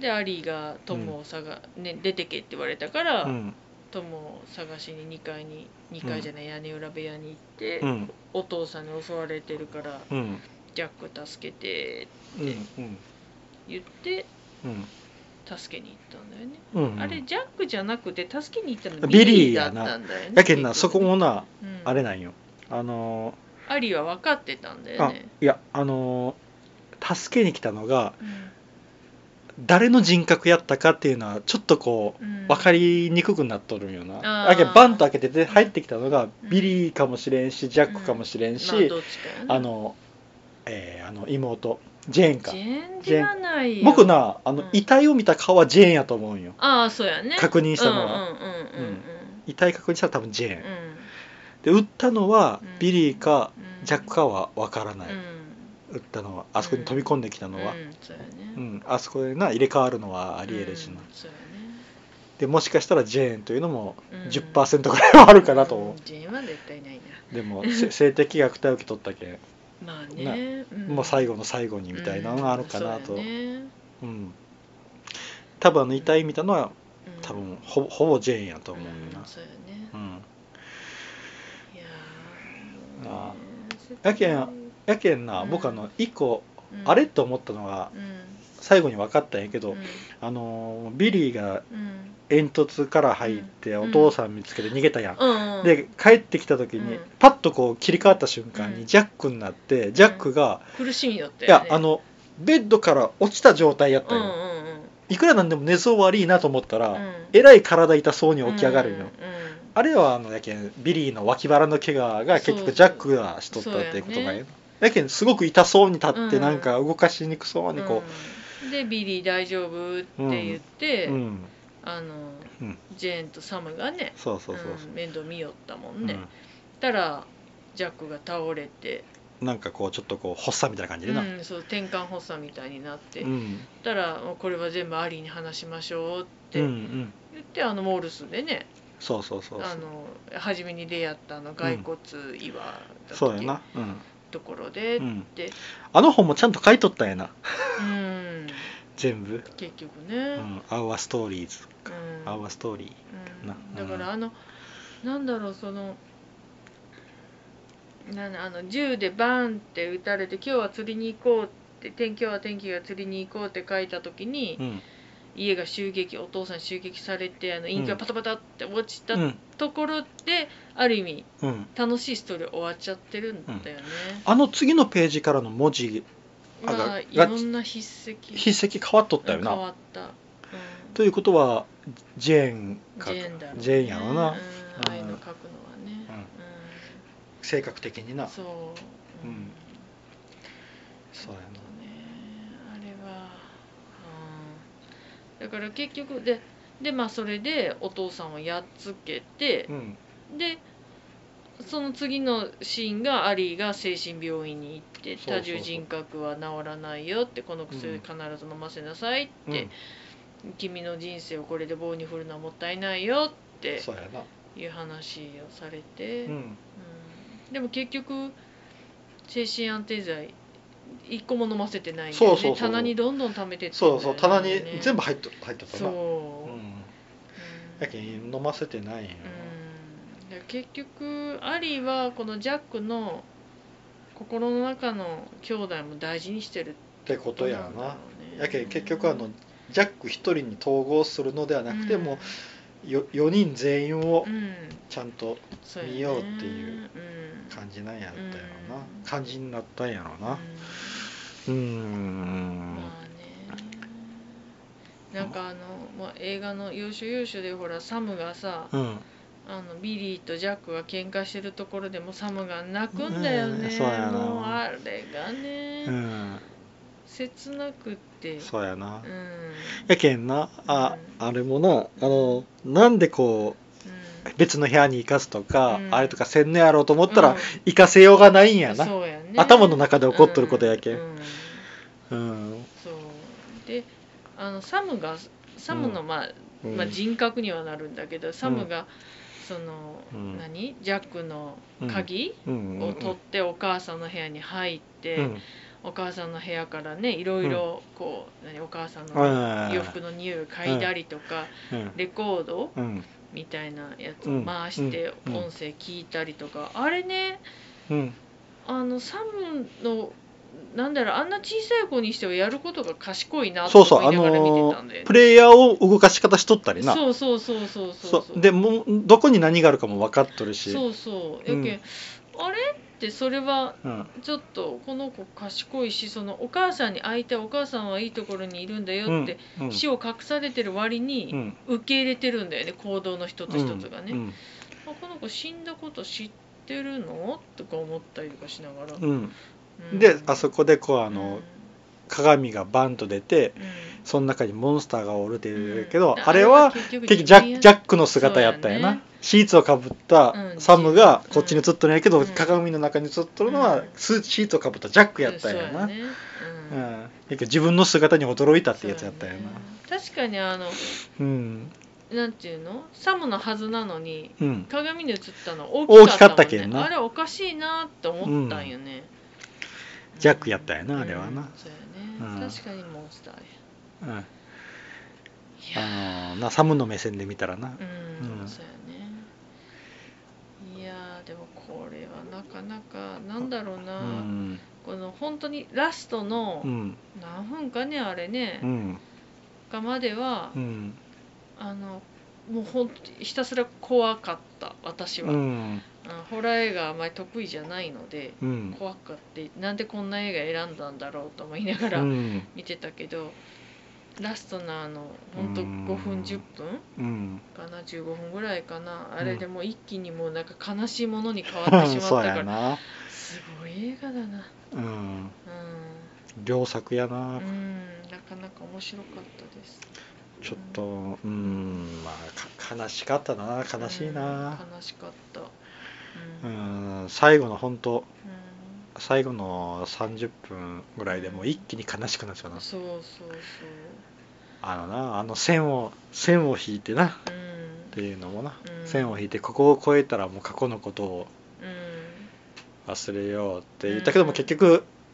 Speaker 2: でアリが友を探、ね、出てけって言われたから、
Speaker 1: うん
Speaker 2: 友を探しに2階に2階じゃない屋根裏部屋に行って、
Speaker 1: うん
Speaker 2: お父さんに襲われてるから
Speaker 1: うん
Speaker 2: ジャック助けて
Speaker 1: うんうん
Speaker 2: 言って
Speaker 1: うん
Speaker 2: 助けに行ったんだよね、
Speaker 1: うん
Speaker 2: あれジャックじゃなくて助けに行ったの
Speaker 1: ビ
Speaker 2: ビ
Speaker 1: リ
Speaker 2: リ
Speaker 1: ー
Speaker 2: ー
Speaker 1: や
Speaker 2: だ
Speaker 1: な
Speaker 2: ったんだよね
Speaker 1: やけんなそこもな
Speaker 2: うん
Speaker 1: あれなんよあの
Speaker 2: アリは分かってたんだ
Speaker 1: ー
Speaker 2: よ
Speaker 1: あ
Speaker 2: ね
Speaker 1: いやあのー助けに来たのが
Speaker 2: うん
Speaker 1: 誰の人格やったかっていうのはちょっとこう
Speaker 2: うん
Speaker 1: 分かりにくくなっとるんよ
Speaker 2: あ
Speaker 1: な、
Speaker 2: ー
Speaker 1: だけどバンと開けてて入ってきたのが
Speaker 2: うん
Speaker 1: ビリーかもしれんしジャックかもしれんし、
Speaker 2: まあどっちかよね
Speaker 1: あの,、えーあの妹ジェーンか
Speaker 2: ジェーンじゃないよ
Speaker 1: 僕なあの、
Speaker 2: うん
Speaker 1: 遺体を見た顔はジェーンやと思うんよ
Speaker 2: ああそうやね
Speaker 1: 確認したのは
Speaker 2: うんうんうん
Speaker 1: 遺体確認したら多分ジェーン
Speaker 2: うんうん、うん
Speaker 1: で撃ったのは
Speaker 2: うん
Speaker 1: ビリーか
Speaker 2: うん
Speaker 1: ジャックかは分からない、
Speaker 2: うん
Speaker 1: 撃ったのはあそこに飛び込んできたのは、
Speaker 2: うんそうやね
Speaker 1: うんあそこでな入れ替わるのはありえるしな、
Speaker 2: うんそうやね
Speaker 1: でもしかしたらジェーンというのも
Speaker 2: うん
Speaker 1: 10%ぐらいはあるかなと思う、
Speaker 2: うんジェーンは絶対ないな
Speaker 1: で もせ性的虐待を受け取ったけん、
Speaker 2: まあね、ん
Speaker 1: もう最後の最後にみたいなのがあるかなと、
Speaker 2: う
Speaker 1: うんん
Speaker 2: そうやね
Speaker 1: 多分あの遺体見たのは
Speaker 2: うん
Speaker 1: 多分ほぼほぼジェーンやと思うよな
Speaker 2: うん、そうやね
Speaker 1: うん、
Speaker 2: いやー
Speaker 1: あ
Speaker 2: ね
Speaker 1: やけんやけんな
Speaker 2: うん
Speaker 1: 僕あの一個
Speaker 2: うん
Speaker 1: あれと思ったのが
Speaker 2: うん
Speaker 1: 最後に分かったんやけ
Speaker 2: う
Speaker 1: ど、
Speaker 2: ん
Speaker 1: あのービリーが
Speaker 2: うん
Speaker 1: 煙突から入って
Speaker 2: う
Speaker 1: お
Speaker 2: ん
Speaker 1: 父さん見つけて逃げたやん、
Speaker 2: うんうん
Speaker 1: で帰ってきた時に
Speaker 2: うん
Speaker 1: パッとこう切り替わった瞬間
Speaker 2: う
Speaker 1: に
Speaker 2: ん
Speaker 1: ジャックになってジャックが、
Speaker 2: 苦しみよって
Speaker 1: いやあのベッドから落ちた状態やった
Speaker 2: うん
Speaker 1: よ、
Speaker 2: うんうん
Speaker 1: いくらなんでも寝相悪いなと思ったら、
Speaker 2: うん
Speaker 1: えらい体痛そうに起き上がるよ、
Speaker 2: うん
Speaker 1: あれはあのやけんビリーの脇腹の怪我が結局ジャックがしとったっていうことが
Speaker 2: そう
Speaker 1: や
Speaker 2: やね
Speaker 1: やけんすごく痛そうに立って
Speaker 2: うん
Speaker 1: なんか動かしにくそうにこ
Speaker 2: うんでビリー大丈夫って言って、
Speaker 1: ううん
Speaker 2: あの
Speaker 1: うん
Speaker 2: ジェーンとサムがね
Speaker 1: そうそうそうそう
Speaker 2: うん面倒見よったも
Speaker 1: うんん
Speaker 2: ね、たらジャックが倒れて
Speaker 1: なんかこうちょっとこう発作みたいな感じでな、
Speaker 2: うん、そう転換発作みたいになって、
Speaker 1: うん
Speaker 2: たらもうこれは全部アリーに話しましょう
Speaker 1: う
Speaker 2: っ
Speaker 1: ん
Speaker 2: て
Speaker 1: う
Speaker 2: 言
Speaker 1: ん、
Speaker 2: って、あのモールスでね
Speaker 1: そうそうそうそう
Speaker 2: あの初めに出会ったあの骸骨岩だったっけ
Speaker 1: そうやな、うん
Speaker 2: ところで、
Speaker 1: う
Speaker 2: うん
Speaker 1: ん
Speaker 2: で、
Speaker 1: あの本もちゃんと書いとったんやな全部、
Speaker 2: 結局
Speaker 1: う
Speaker 2: ね、
Speaker 1: ん「アワーストーリーズ」
Speaker 2: う
Speaker 1: 「
Speaker 2: ん
Speaker 1: アワーストーリー
Speaker 2: うん
Speaker 1: な
Speaker 2: だか
Speaker 1: うん
Speaker 2: らあの、なんだろうそのなんあの銃でバンって撃たれて「今日は釣りに行こう」って「天今日は天気が釣りに行こう」って書いた時に、」
Speaker 1: うん
Speaker 2: 家が襲撃お父さん襲撃されてあのインクがパタパタって落ちた
Speaker 1: うん
Speaker 2: ところで、ある意味
Speaker 1: うん
Speaker 2: 楽しいストーリー終わっちゃってるんだよね。
Speaker 1: あの次のページからの文字うんあ
Speaker 2: まあ
Speaker 1: が
Speaker 2: いろんな筆跡
Speaker 1: 筆跡変わっとったよ
Speaker 2: 変
Speaker 1: な
Speaker 2: わった。うん
Speaker 1: ということはジェーン
Speaker 2: ジ
Speaker 1: か
Speaker 2: ェーンだろうね
Speaker 1: ジェーンやろな
Speaker 2: うんああいうの書くのはね。
Speaker 1: うん
Speaker 2: うん
Speaker 1: 性格的にな
Speaker 2: そう、
Speaker 1: うん
Speaker 2: そ
Speaker 1: そうう
Speaker 2: だ
Speaker 1: や
Speaker 2: ね
Speaker 1: な
Speaker 2: あれは、うん、だから結局ででまあそれでお父さんをやっつけて
Speaker 1: う、ん
Speaker 2: でその次のシーンがアリーが精神病院に行って
Speaker 1: そうそうそう
Speaker 2: 多重人格は治らないよってこの薬必ず飲ませなさいって、
Speaker 1: うん
Speaker 2: 君の人生をこれで棒に振るのはもったいないよって
Speaker 1: そうやな
Speaker 2: いう話をされて。
Speaker 1: うん
Speaker 2: うんでも結局精神安定剤一個も飲ませてないんだ
Speaker 1: そ
Speaker 2: よ
Speaker 1: うそう
Speaker 2: ね
Speaker 1: そう
Speaker 2: 棚にどんどん貯めてってんだよ
Speaker 1: そうそ
Speaker 2: ね
Speaker 1: う棚に全部
Speaker 2: ね
Speaker 1: 入っと入っとったな
Speaker 2: そうう、うん
Speaker 1: んやけん飲ませてないんよ
Speaker 2: うんだから結局アリーはこのジャックの心の中の兄弟も大事にしてるっ
Speaker 1: ってことや
Speaker 2: んだろ
Speaker 1: な
Speaker 2: うね
Speaker 1: やけん結局あのジャック一人に統合するのではなくて
Speaker 2: うん
Speaker 1: もうよ4人全員を
Speaker 2: うん
Speaker 1: ちゃんと
Speaker 2: そうやね
Speaker 1: 見ようっていう
Speaker 2: うん
Speaker 1: 感じなんやったんやろな
Speaker 2: うん
Speaker 1: 感じになったんやろ
Speaker 2: うん
Speaker 1: なうーん
Speaker 2: まあねなんかあの、まあ、映画の要所要所でほらサムがさ
Speaker 1: うん
Speaker 2: あのビリーとジャックが喧嘩してるところでもサムが泣くんだよね、
Speaker 1: うんそうやな
Speaker 2: もうあれがね、
Speaker 1: うん
Speaker 2: 切なくって
Speaker 1: そうやな
Speaker 2: うんうん
Speaker 1: やけんなあ
Speaker 2: うん
Speaker 1: あれもなあのなんでこう別の部屋に行かすとか
Speaker 2: うん
Speaker 1: あれとかせんねやろうと思ったら
Speaker 2: うん
Speaker 1: 行かせようがないんやな
Speaker 2: そうやね
Speaker 1: 頭の中で起こっとることやけん
Speaker 2: うんうん
Speaker 1: うん
Speaker 2: そうであのサムがサムの、まあ
Speaker 1: うん
Speaker 2: まあ、人格にはなるんだけどサムが、その、
Speaker 1: うん
Speaker 2: 何ジャックの鍵
Speaker 1: うんうん
Speaker 2: を取ってお母さんの部屋に入って、
Speaker 1: うん
Speaker 2: お母さんの部屋からねいろいろこう、何お母さんの
Speaker 1: うん
Speaker 2: 洋服の匂いを嗅いだりとか、
Speaker 1: うん
Speaker 2: レコード
Speaker 1: うん
Speaker 2: みたいなやつを回して
Speaker 1: うんうん
Speaker 2: 音声聞いたりとか、あれね
Speaker 1: うん
Speaker 2: あのサムのなんだろうあんな小さい子にしてはやることが賢いな
Speaker 1: そ
Speaker 2: と
Speaker 1: うそう
Speaker 2: 思
Speaker 1: あ
Speaker 2: いながら見
Speaker 1: の
Speaker 2: てたんだよね。
Speaker 1: プレイヤーを動かし方しとったりな
Speaker 2: そうそうそうそうそう
Speaker 1: そうでもうどこに何があるかも分かっとるし
Speaker 2: そうそうやけん、
Speaker 1: うん
Speaker 2: あれってそれは
Speaker 1: うん
Speaker 2: ちょっとこの子賢いしそのお母さんに会いたいお母さんはいいところにいるんだよって、
Speaker 1: うん
Speaker 2: 死を隠されてる割
Speaker 1: う
Speaker 2: に
Speaker 1: ん
Speaker 2: 受け入れてるんだよね行動の一つ一つがね、
Speaker 1: う
Speaker 2: あ
Speaker 1: ん
Speaker 2: この子死んだこと知ってるのとか思ったりとかしながら、
Speaker 1: うん
Speaker 2: うん
Speaker 1: であそこでこうあ
Speaker 2: う
Speaker 1: の
Speaker 2: ん
Speaker 1: 鏡がバンと出て
Speaker 2: うん
Speaker 1: その中にモンスターがおるっていうけ
Speaker 2: う
Speaker 1: ど
Speaker 2: ん
Speaker 1: あれは
Speaker 2: 結局
Speaker 1: 結局ジャ
Speaker 2: 自
Speaker 1: ッ
Speaker 2: 分や
Speaker 1: クジャックの姿やったんや
Speaker 2: そうや
Speaker 1: な
Speaker 2: ね
Speaker 1: シーツをかぶった
Speaker 2: うん
Speaker 1: サムがこっちに映っとるんやけど
Speaker 2: うん
Speaker 1: 鏡の中に映っとるの
Speaker 2: う
Speaker 1: は
Speaker 2: ん
Speaker 1: スーツシーツをかぶったジャックやったんや
Speaker 2: そう
Speaker 1: な
Speaker 2: ね
Speaker 1: う
Speaker 2: うんん
Speaker 1: やけど自分の姿に驚いたってやつやったんや
Speaker 2: そう
Speaker 1: な
Speaker 2: ね確かにあの
Speaker 1: うん
Speaker 2: なんていうのサムのはずなのに
Speaker 1: うん
Speaker 2: 鏡に映ったの大
Speaker 1: 大
Speaker 2: き
Speaker 1: き
Speaker 2: か
Speaker 1: か
Speaker 2: っ
Speaker 1: ったた
Speaker 2: もんね
Speaker 1: けんな
Speaker 2: あれおかしいなって思ったんよね、
Speaker 1: ジャックやったんやなあれはな
Speaker 2: うんそうやね、
Speaker 1: うん
Speaker 2: 確かにモンスターや
Speaker 1: うん
Speaker 2: いや
Speaker 1: あのなサムの目線で見たらな
Speaker 2: うん、
Speaker 1: うん
Speaker 2: そうやねいやーでもこれはなかなかなんだろう
Speaker 1: う
Speaker 2: な、
Speaker 1: ん
Speaker 2: この本当にラストの
Speaker 1: うん
Speaker 2: 何分かねあれね、
Speaker 1: うん
Speaker 2: かまでは、
Speaker 1: うん
Speaker 2: あのもうほんとひたすら怖かった私は、
Speaker 1: うん
Speaker 2: あのホラー映画あまり得意じゃないので
Speaker 1: うん
Speaker 2: 怖かってなんでこんな映画選んだんだろうと思いなが
Speaker 1: う
Speaker 2: ら
Speaker 1: ん
Speaker 2: 見てたけど、ラストのあのほんと
Speaker 1: うん
Speaker 2: 5分10分
Speaker 1: うん
Speaker 2: かな15分ぐらいかなあれ
Speaker 1: うん
Speaker 2: でもう一気にもうなんか悲しいものに変わってしまった
Speaker 1: そう
Speaker 2: か
Speaker 1: や
Speaker 2: ら
Speaker 1: な
Speaker 2: すごい映画だな
Speaker 1: うん
Speaker 2: う、
Speaker 1: 良作やなん
Speaker 2: うん、なかなか面白かったです
Speaker 1: ちょっとうんまあか悲しかったな悲しいな
Speaker 2: うん悲しかった
Speaker 1: う
Speaker 2: うん
Speaker 1: ん最後の本当
Speaker 2: うん
Speaker 1: 最後の30分ぐらいでもう一気に悲しくなっちゃうな
Speaker 2: そうそう
Speaker 1: あのなあの線を線を引いてなっ
Speaker 2: そううん
Speaker 1: ていうのもな、
Speaker 2: うん
Speaker 1: 線を引いてここを越えたらもう過去のことを
Speaker 2: うん
Speaker 1: 忘れようって言ったけども、結局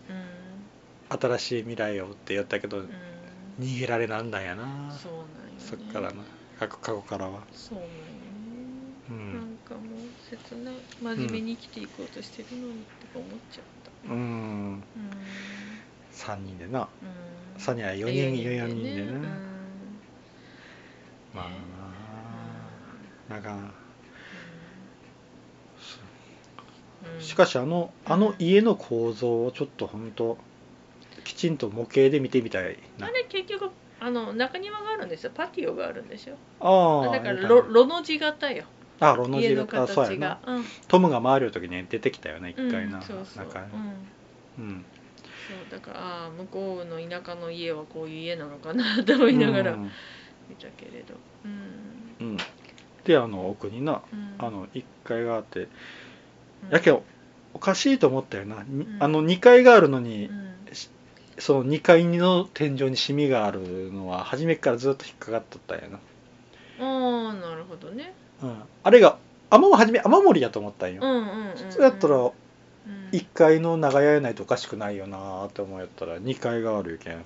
Speaker 2: うん
Speaker 1: 新しい未来をって言ったけど、
Speaker 2: う
Speaker 1: 逃げられなんだんやなん
Speaker 2: そうなんよね
Speaker 1: そっからな過去過去からは
Speaker 2: そうなんよね
Speaker 1: う
Speaker 2: なん
Speaker 1: ん、
Speaker 2: かもう切ない真面目に生きていこうとしてるのにとか思っちゃった
Speaker 1: うん、
Speaker 2: うん
Speaker 1: 3人でな
Speaker 2: うん
Speaker 1: サニーは4
Speaker 2: 四
Speaker 1: 人4人
Speaker 2: で
Speaker 1: でね
Speaker 2: うん
Speaker 1: まあななんか
Speaker 2: うんうん
Speaker 1: しかしあのあの家の構造をちょっと本当きちんと模型で見てみたいな
Speaker 2: あれ結局あの中庭があるんですよパティオがあるんでしょ
Speaker 1: ああ
Speaker 2: だからロロの字型よ
Speaker 1: あロの
Speaker 2: 家
Speaker 1: 字
Speaker 2: の
Speaker 1: 型あ
Speaker 2: 形
Speaker 1: そうや
Speaker 2: が
Speaker 1: な
Speaker 2: うん
Speaker 1: トムが回る時に出てきたよね一回
Speaker 2: う
Speaker 1: な、
Speaker 2: ん、そうそ
Speaker 1: な
Speaker 2: う、
Speaker 1: んかね
Speaker 2: うん
Speaker 1: うん
Speaker 2: そうだからああ向こうの田舎の家はこういう家なのかなと思いながら
Speaker 1: うん
Speaker 2: 見たけれどうん、
Speaker 1: うんであの奥にな
Speaker 2: うん、
Speaker 1: あの1階があって
Speaker 2: うん
Speaker 1: やけどおかしいと思ったよな、に
Speaker 2: うん
Speaker 1: あの2階があるの
Speaker 2: う
Speaker 1: に、
Speaker 2: ん
Speaker 1: その2階の天井にシミがあるのは初めからずっと引っかかっとったんやな、
Speaker 2: ああなるほどね
Speaker 1: うん、あれが雨も初め雨漏りやと思ったんよ、
Speaker 2: うんうんうん
Speaker 1: 普通やったら
Speaker 2: うん
Speaker 1: 1階の長屋やないとおかしくないよなーって思いやったら2階があるけん
Speaker 2: うん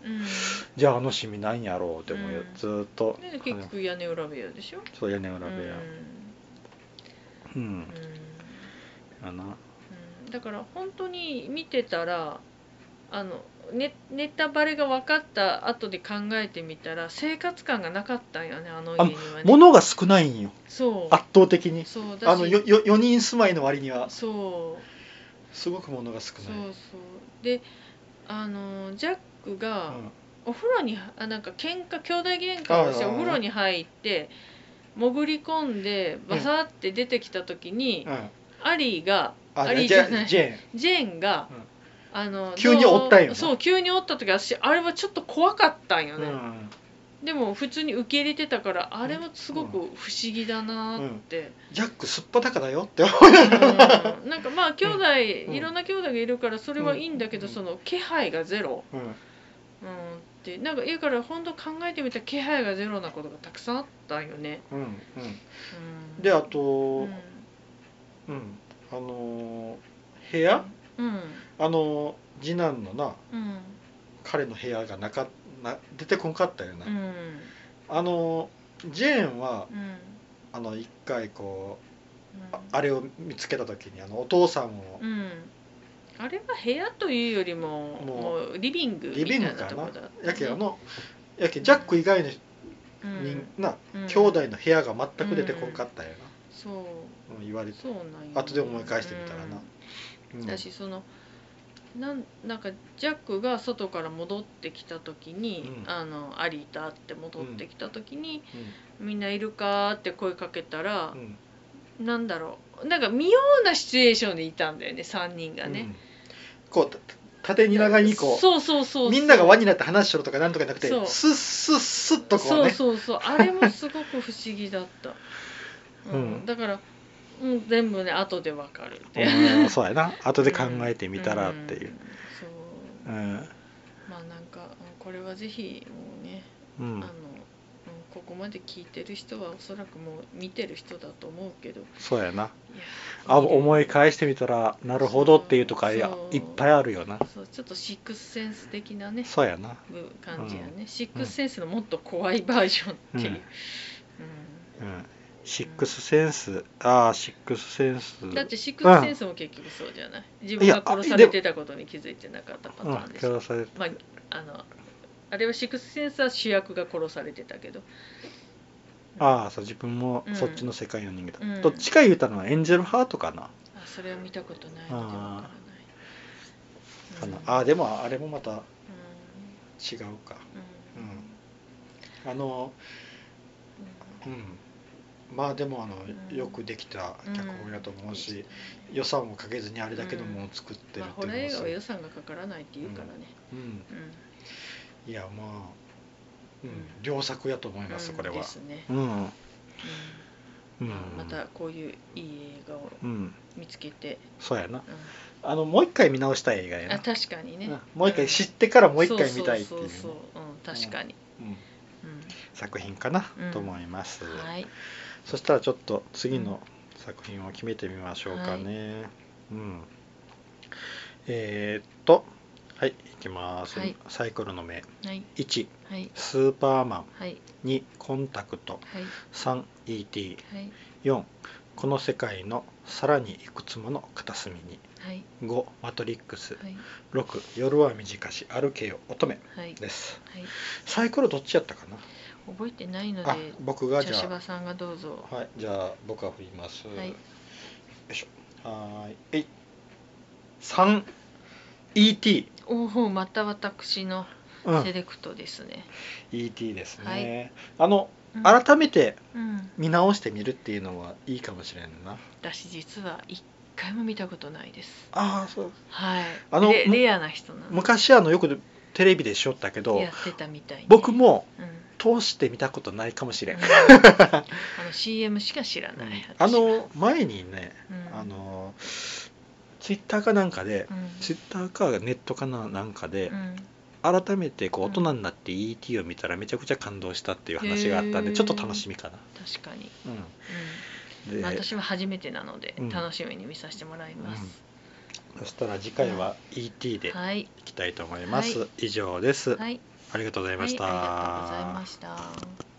Speaker 1: じゃああのシミなんやろうって思うよ、
Speaker 2: うん
Speaker 1: ずーっと
Speaker 2: で結局屋根裏部屋でしょ
Speaker 1: そう屋根裏部屋うん、
Speaker 2: うんうん
Speaker 1: あの
Speaker 2: うんだから本当に見てたらあのネネタバレが分かった後で考えてみたら生活感がなかったんよねあの家にはね
Speaker 1: 物が少ないんよ
Speaker 2: そう
Speaker 1: 圧倒的に
Speaker 2: そうだし
Speaker 1: あのよよ4人住まいの割には
Speaker 2: そう
Speaker 1: すごく物が少
Speaker 2: そうそ
Speaker 1: ないう
Speaker 2: であのジャックが、お風呂にあなんか喧嘩兄弟喧嘩をして
Speaker 1: ああ
Speaker 2: お風呂に入って潜り込んでバサって出てきた時に、
Speaker 1: うん、うん
Speaker 2: アリーがア
Speaker 1: あれ
Speaker 2: リーじ
Speaker 1: じ
Speaker 2: ゃ
Speaker 1: ゃ
Speaker 2: ない
Speaker 1: ジェーン
Speaker 2: ジェーンが、
Speaker 1: うん
Speaker 2: あの
Speaker 1: 急におったんよな
Speaker 2: そう急におった時私あれはちょっと怖かったんよ
Speaker 1: う
Speaker 2: ね、
Speaker 1: ん
Speaker 2: でも普通に受け入れてたからあれはすごく不思議だなって、
Speaker 1: ジャックすっぱだかだよって思
Speaker 2: うんなんかまあ兄弟、
Speaker 1: うん
Speaker 2: いろんな兄弟がいるからそれはいいんだけど、
Speaker 1: うん
Speaker 2: その気配がゼロ、
Speaker 1: う、うん、
Speaker 2: うんってなんか家から本当考えてみたら気配がゼロなことがたくさんあったんよね。
Speaker 1: うんうん
Speaker 2: うん、
Speaker 1: であ
Speaker 2: う
Speaker 1: と
Speaker 2: ん、
Speaker 1: うん、あのー部屋
Speaker 2: うん
Speaker 1: あのー次男のな
Speaker 2: うん
Speaker 1: 彼の部屋がなかな出てこんかったよな、
Speaker 2: うん
Speaker 1: あのージェーンは
Speaker 2: うん
Speaker 1: あの一回こ
Speaker 2: うん
Speaker 1: うああれを見つけた時にあのお父さんを
Speaker 2: うんあれは部屋というよりも
Speaker 1: もう
Speaker 2: もうリビング
Speaker 1: リ
Speaker 2: みた
Speaker 1: ビ
Speaker 2: い
Speaker 1: ング
Speaker 2: な
Speaker 1: か
Speaker 2: と
Speaker 1: な
Speaker 2: こだった、
Speaker 1: やけあのやけジャック以外の人、
Speaker 2: うん
Speaker 1: な
Speaker 2: うん
Speaker 1: 兄弟の部屋が全く出てこんかったよな、
Speaker 2: そう
Speaker 1: うん言われて
Speaker 2: そうなんよ、ね、
Speaker 1: 後で思い返してみたらな、うん
Speaker 2: うんだしそのなんなんかジャックが外から戻ってきた時に、
Speaker 1: うん
Speaker 2: あのアリーと会って戻ってきた時に、
Speaker 1: う
Speaker 2: みんないるかって声かけたら
Speaker 1: ん、うん
Speaker 2: なんだろうなんか妙なシチュエーションにいたんだよね3人が
Speaker 1: う
Speaker 2: ね
Speaker 1: ん、こうた縦に長にこう
Speaker 2: そうそうそうそう
Speaker 1: みんなが輪になって話しとるとかなんとかじゃなくて
Speaker 2: そう
Speaker 1: スッスッスッとこう
Speaker 2: そう
Speaker 1: ね
Speaker 2: そうそうあれもすごく不思議だった、うん
Speaker 1: うん
Speaker 2: だから、うん、全部ね後でわかるって
Speaker 1: うんそうやな後で考えてみたらってい
Speaker 2: ん
Speaker 1: う
Speaker 2: そ
Speaker 1: う
Speaker 2: う
Speaker 1: ん
Speaker 2: まあなんかうんこれはぜひもうね、
Speaker 1: う
Speaker 2: あ
Speaker 1: ん
Speaker 2: のうんここまで聞いてる人はおそらくもう見てる人だと思うけどい
Speaker 1: そうやな
Speaker 2: や
Speaker 1: あ思い返してみたらなるほどっていうとかいや
Speaker 2: そう
Speaker 1: いっぱいあるよな
Speaker 2: そうちょっとシックスセンス的なね
Speaker 1: そうやな
Speaker 2: ぶ感じやね、シックスセンスのもっと怖いバージョンっていう、
Speaker 1: うんシックスセンスああシックスセンス
Speaker 2: うんだってシックスセンスも結局そうじゃない自分が殺されてたことに気づいてなかったパタ
Speaker 1: うん
Speaker 2: ーンでしょ、
Speaker 1: 殺され
Speaker 2: まああのあれはシックスセンスは主役が殺されてたけど
Speaker 1: ああそう自分も
Speaker 2: うん
Speaker 1: そっちの世界の人間だ、
Speaker 2: うん
Speaker 1: どっちか言うたのはエンジェルハートかな、
Speaker 2: あそれは見たことないのでわからない
Speaker 1: かな
Speaker 2: うん
Speaker 1: ああでもあれもまた
Speaker 2: う
Speaker 1: 違うか
Speaker 2: んうん
Speaker 1: あのうんまあでもあの、
Speaker 2: うん
Speaker 1: よくできた
Speaker 2: うん
Speaker 1: 脚本やと思う
Speaker 2: うん
Speaker 1: し、予算をかけずにあれだけのものを作ってる
Speaker 2: まあ、
Speaker 1: って
Speaker 2: ホ
Speaker 1: いう
Speaker 2: ラー
Speaker 1: の
Speaker 2: 映
Speaker 1: は
Speaker 2: 画
Speaker 1: す
Speaker 2: は
Speaker 1: ごい
Speaker 2: 予算がかからないって言うからね、
Speaker 1: うん
Speaker 2: うん
Speaker 1: いやまあ、うん
Speaker 2: うん
Speaker 1: 良作やと思います、
Speaker 2: うん
Speaker 1: これは
Speaker 2: で、すね、
Speaker 1: うん、
Speaker 2: うん
Speaker 1: うん
Speaker 2: またこういういい映画を
Speaker 1: うん
Speaker 2: 見つけて、
Speaker 1: そうやな
Speaker 2: うん
Speaker 1: あのもう一回見直したい映画や
Speaker 2: あ
Speaker 1: な
Speaker 2: 確かにね、
Speaker 1: うんもう一回知ってからもう一回見たいっていう,、
Speaker 2: そうそうそうそう、うん、確かに、
Speaker 1: うん
Speaker 2: うん
Speaker 1: 作品かな、
Speaker 2: うん
Speaker 1: と思います、
Speaker 2: はい
Speaker 1: そしたらちょっと次の作品を決めてみましょうかね。うん。えーっと、はい、いきます。
Speaker 2: はい
Speaker 1: サイコロの目。
Speaker 2: はい
Speaker 1: 1、
Speaker 2: はい
Speaker 1: スーパーマン。
Speaker 2: はい
Speaker 1: 2、コンタクト。
Speaker 2: はい
Speaker 1: 3、ET。
Speaker 2: はい
Speaker 1: 4、この世界のさらにいくつもの片隅に。
Speaker 2: はい
Speaker 1: 5、マトリックス。
Speaker 2: はい
Speaker 1: 6、夜は短し、歩けよ、乙女。
Speaker 2: はい
Speaker 1: です。
Speaker 2: はい
Speaker 1: サイコロどっちやったかな
Speaker 2: 覚えてないの
Speaker 1: あ
Speaker 2: で、
Speaker 1: 僕がじ
Speaker 2: 茶
Speaker 1: ゃあ。
Speaker 2: 芝さんがどうぞ
Speaker 1: はい、じゃあ僕は振ります。
Speaker 2: はい
Speaker 1: よいしょ。はーい。えい。三 ET。
Speaker 2: おおまた私の
Speaker 1: う
Speaker 2: セ
Speaker 1: ん。
Speaker 2: レクトですね、
Speaker 1: ET ですね。
Speaker 2: はい
Speaker 1: あの
Speaker 2: うん
Speaker 1: 改めて
Speaker 2: うん、
Speaker 1: 見直してみるっていうのはいいかもしれないな。
Speaker 2: 私実は一回も見たことないです
Speaker 1: ああ、そう。
Speaker 2: はい
Speaker 1: あの
Speaker 2: レ
Speaker 1: む
Speaker 2: レアな人なの
Speaker 1: 昔あのよくテレビでしょったけど
Speaker 2: や、ってたみたいね
Speaker 1: 僕、も
Speaker 2: うん
Speaker 1: 通して見たことないかもしれん。
Speaker 2: うん あの CM しか知らない、私
Speaker 1: あの前にね、
Speaker 2: うん
Speaker 1: あのツイッターかなんかで、
Speaker 2: うん
Speaker 1: ツイッターかネットかななんかで、
Speaker 2: うん
Speaker 1: 改めてこう
Speaker 2: う
Speaker 1: 大
Speaker 2: ん
Speaker 1: 人になって ET を見たらめちゃくちゃ感動したっていう話があったん
Speaker 2: へ
Speaker 1: で
Speaker 2: ー
Speaker 1: ちょっと楽しみかな。
Speaker 2: 確かに、
Speaker 1: うん、
Speaker 2: うん
Speaker 1: で
Speaker 2: まあ私は初めてなので、
Speaker 1: うん
Speaker 2: 楽しみに見させてもらいます、
Speaker 1: そしたら次回は ET でい
Speaker 2: はい
Speaker 1: きたいと思います。
Speaker 2: は
Speaker 1: 以上です、
Speaker 2: はい、はい、
Speaker 1: ありがとうござ
Speaker 2: あ
Speaker 1: い
Speaker 2: りがとうご
Speaker 1: ました。
Speaker 2: ざいました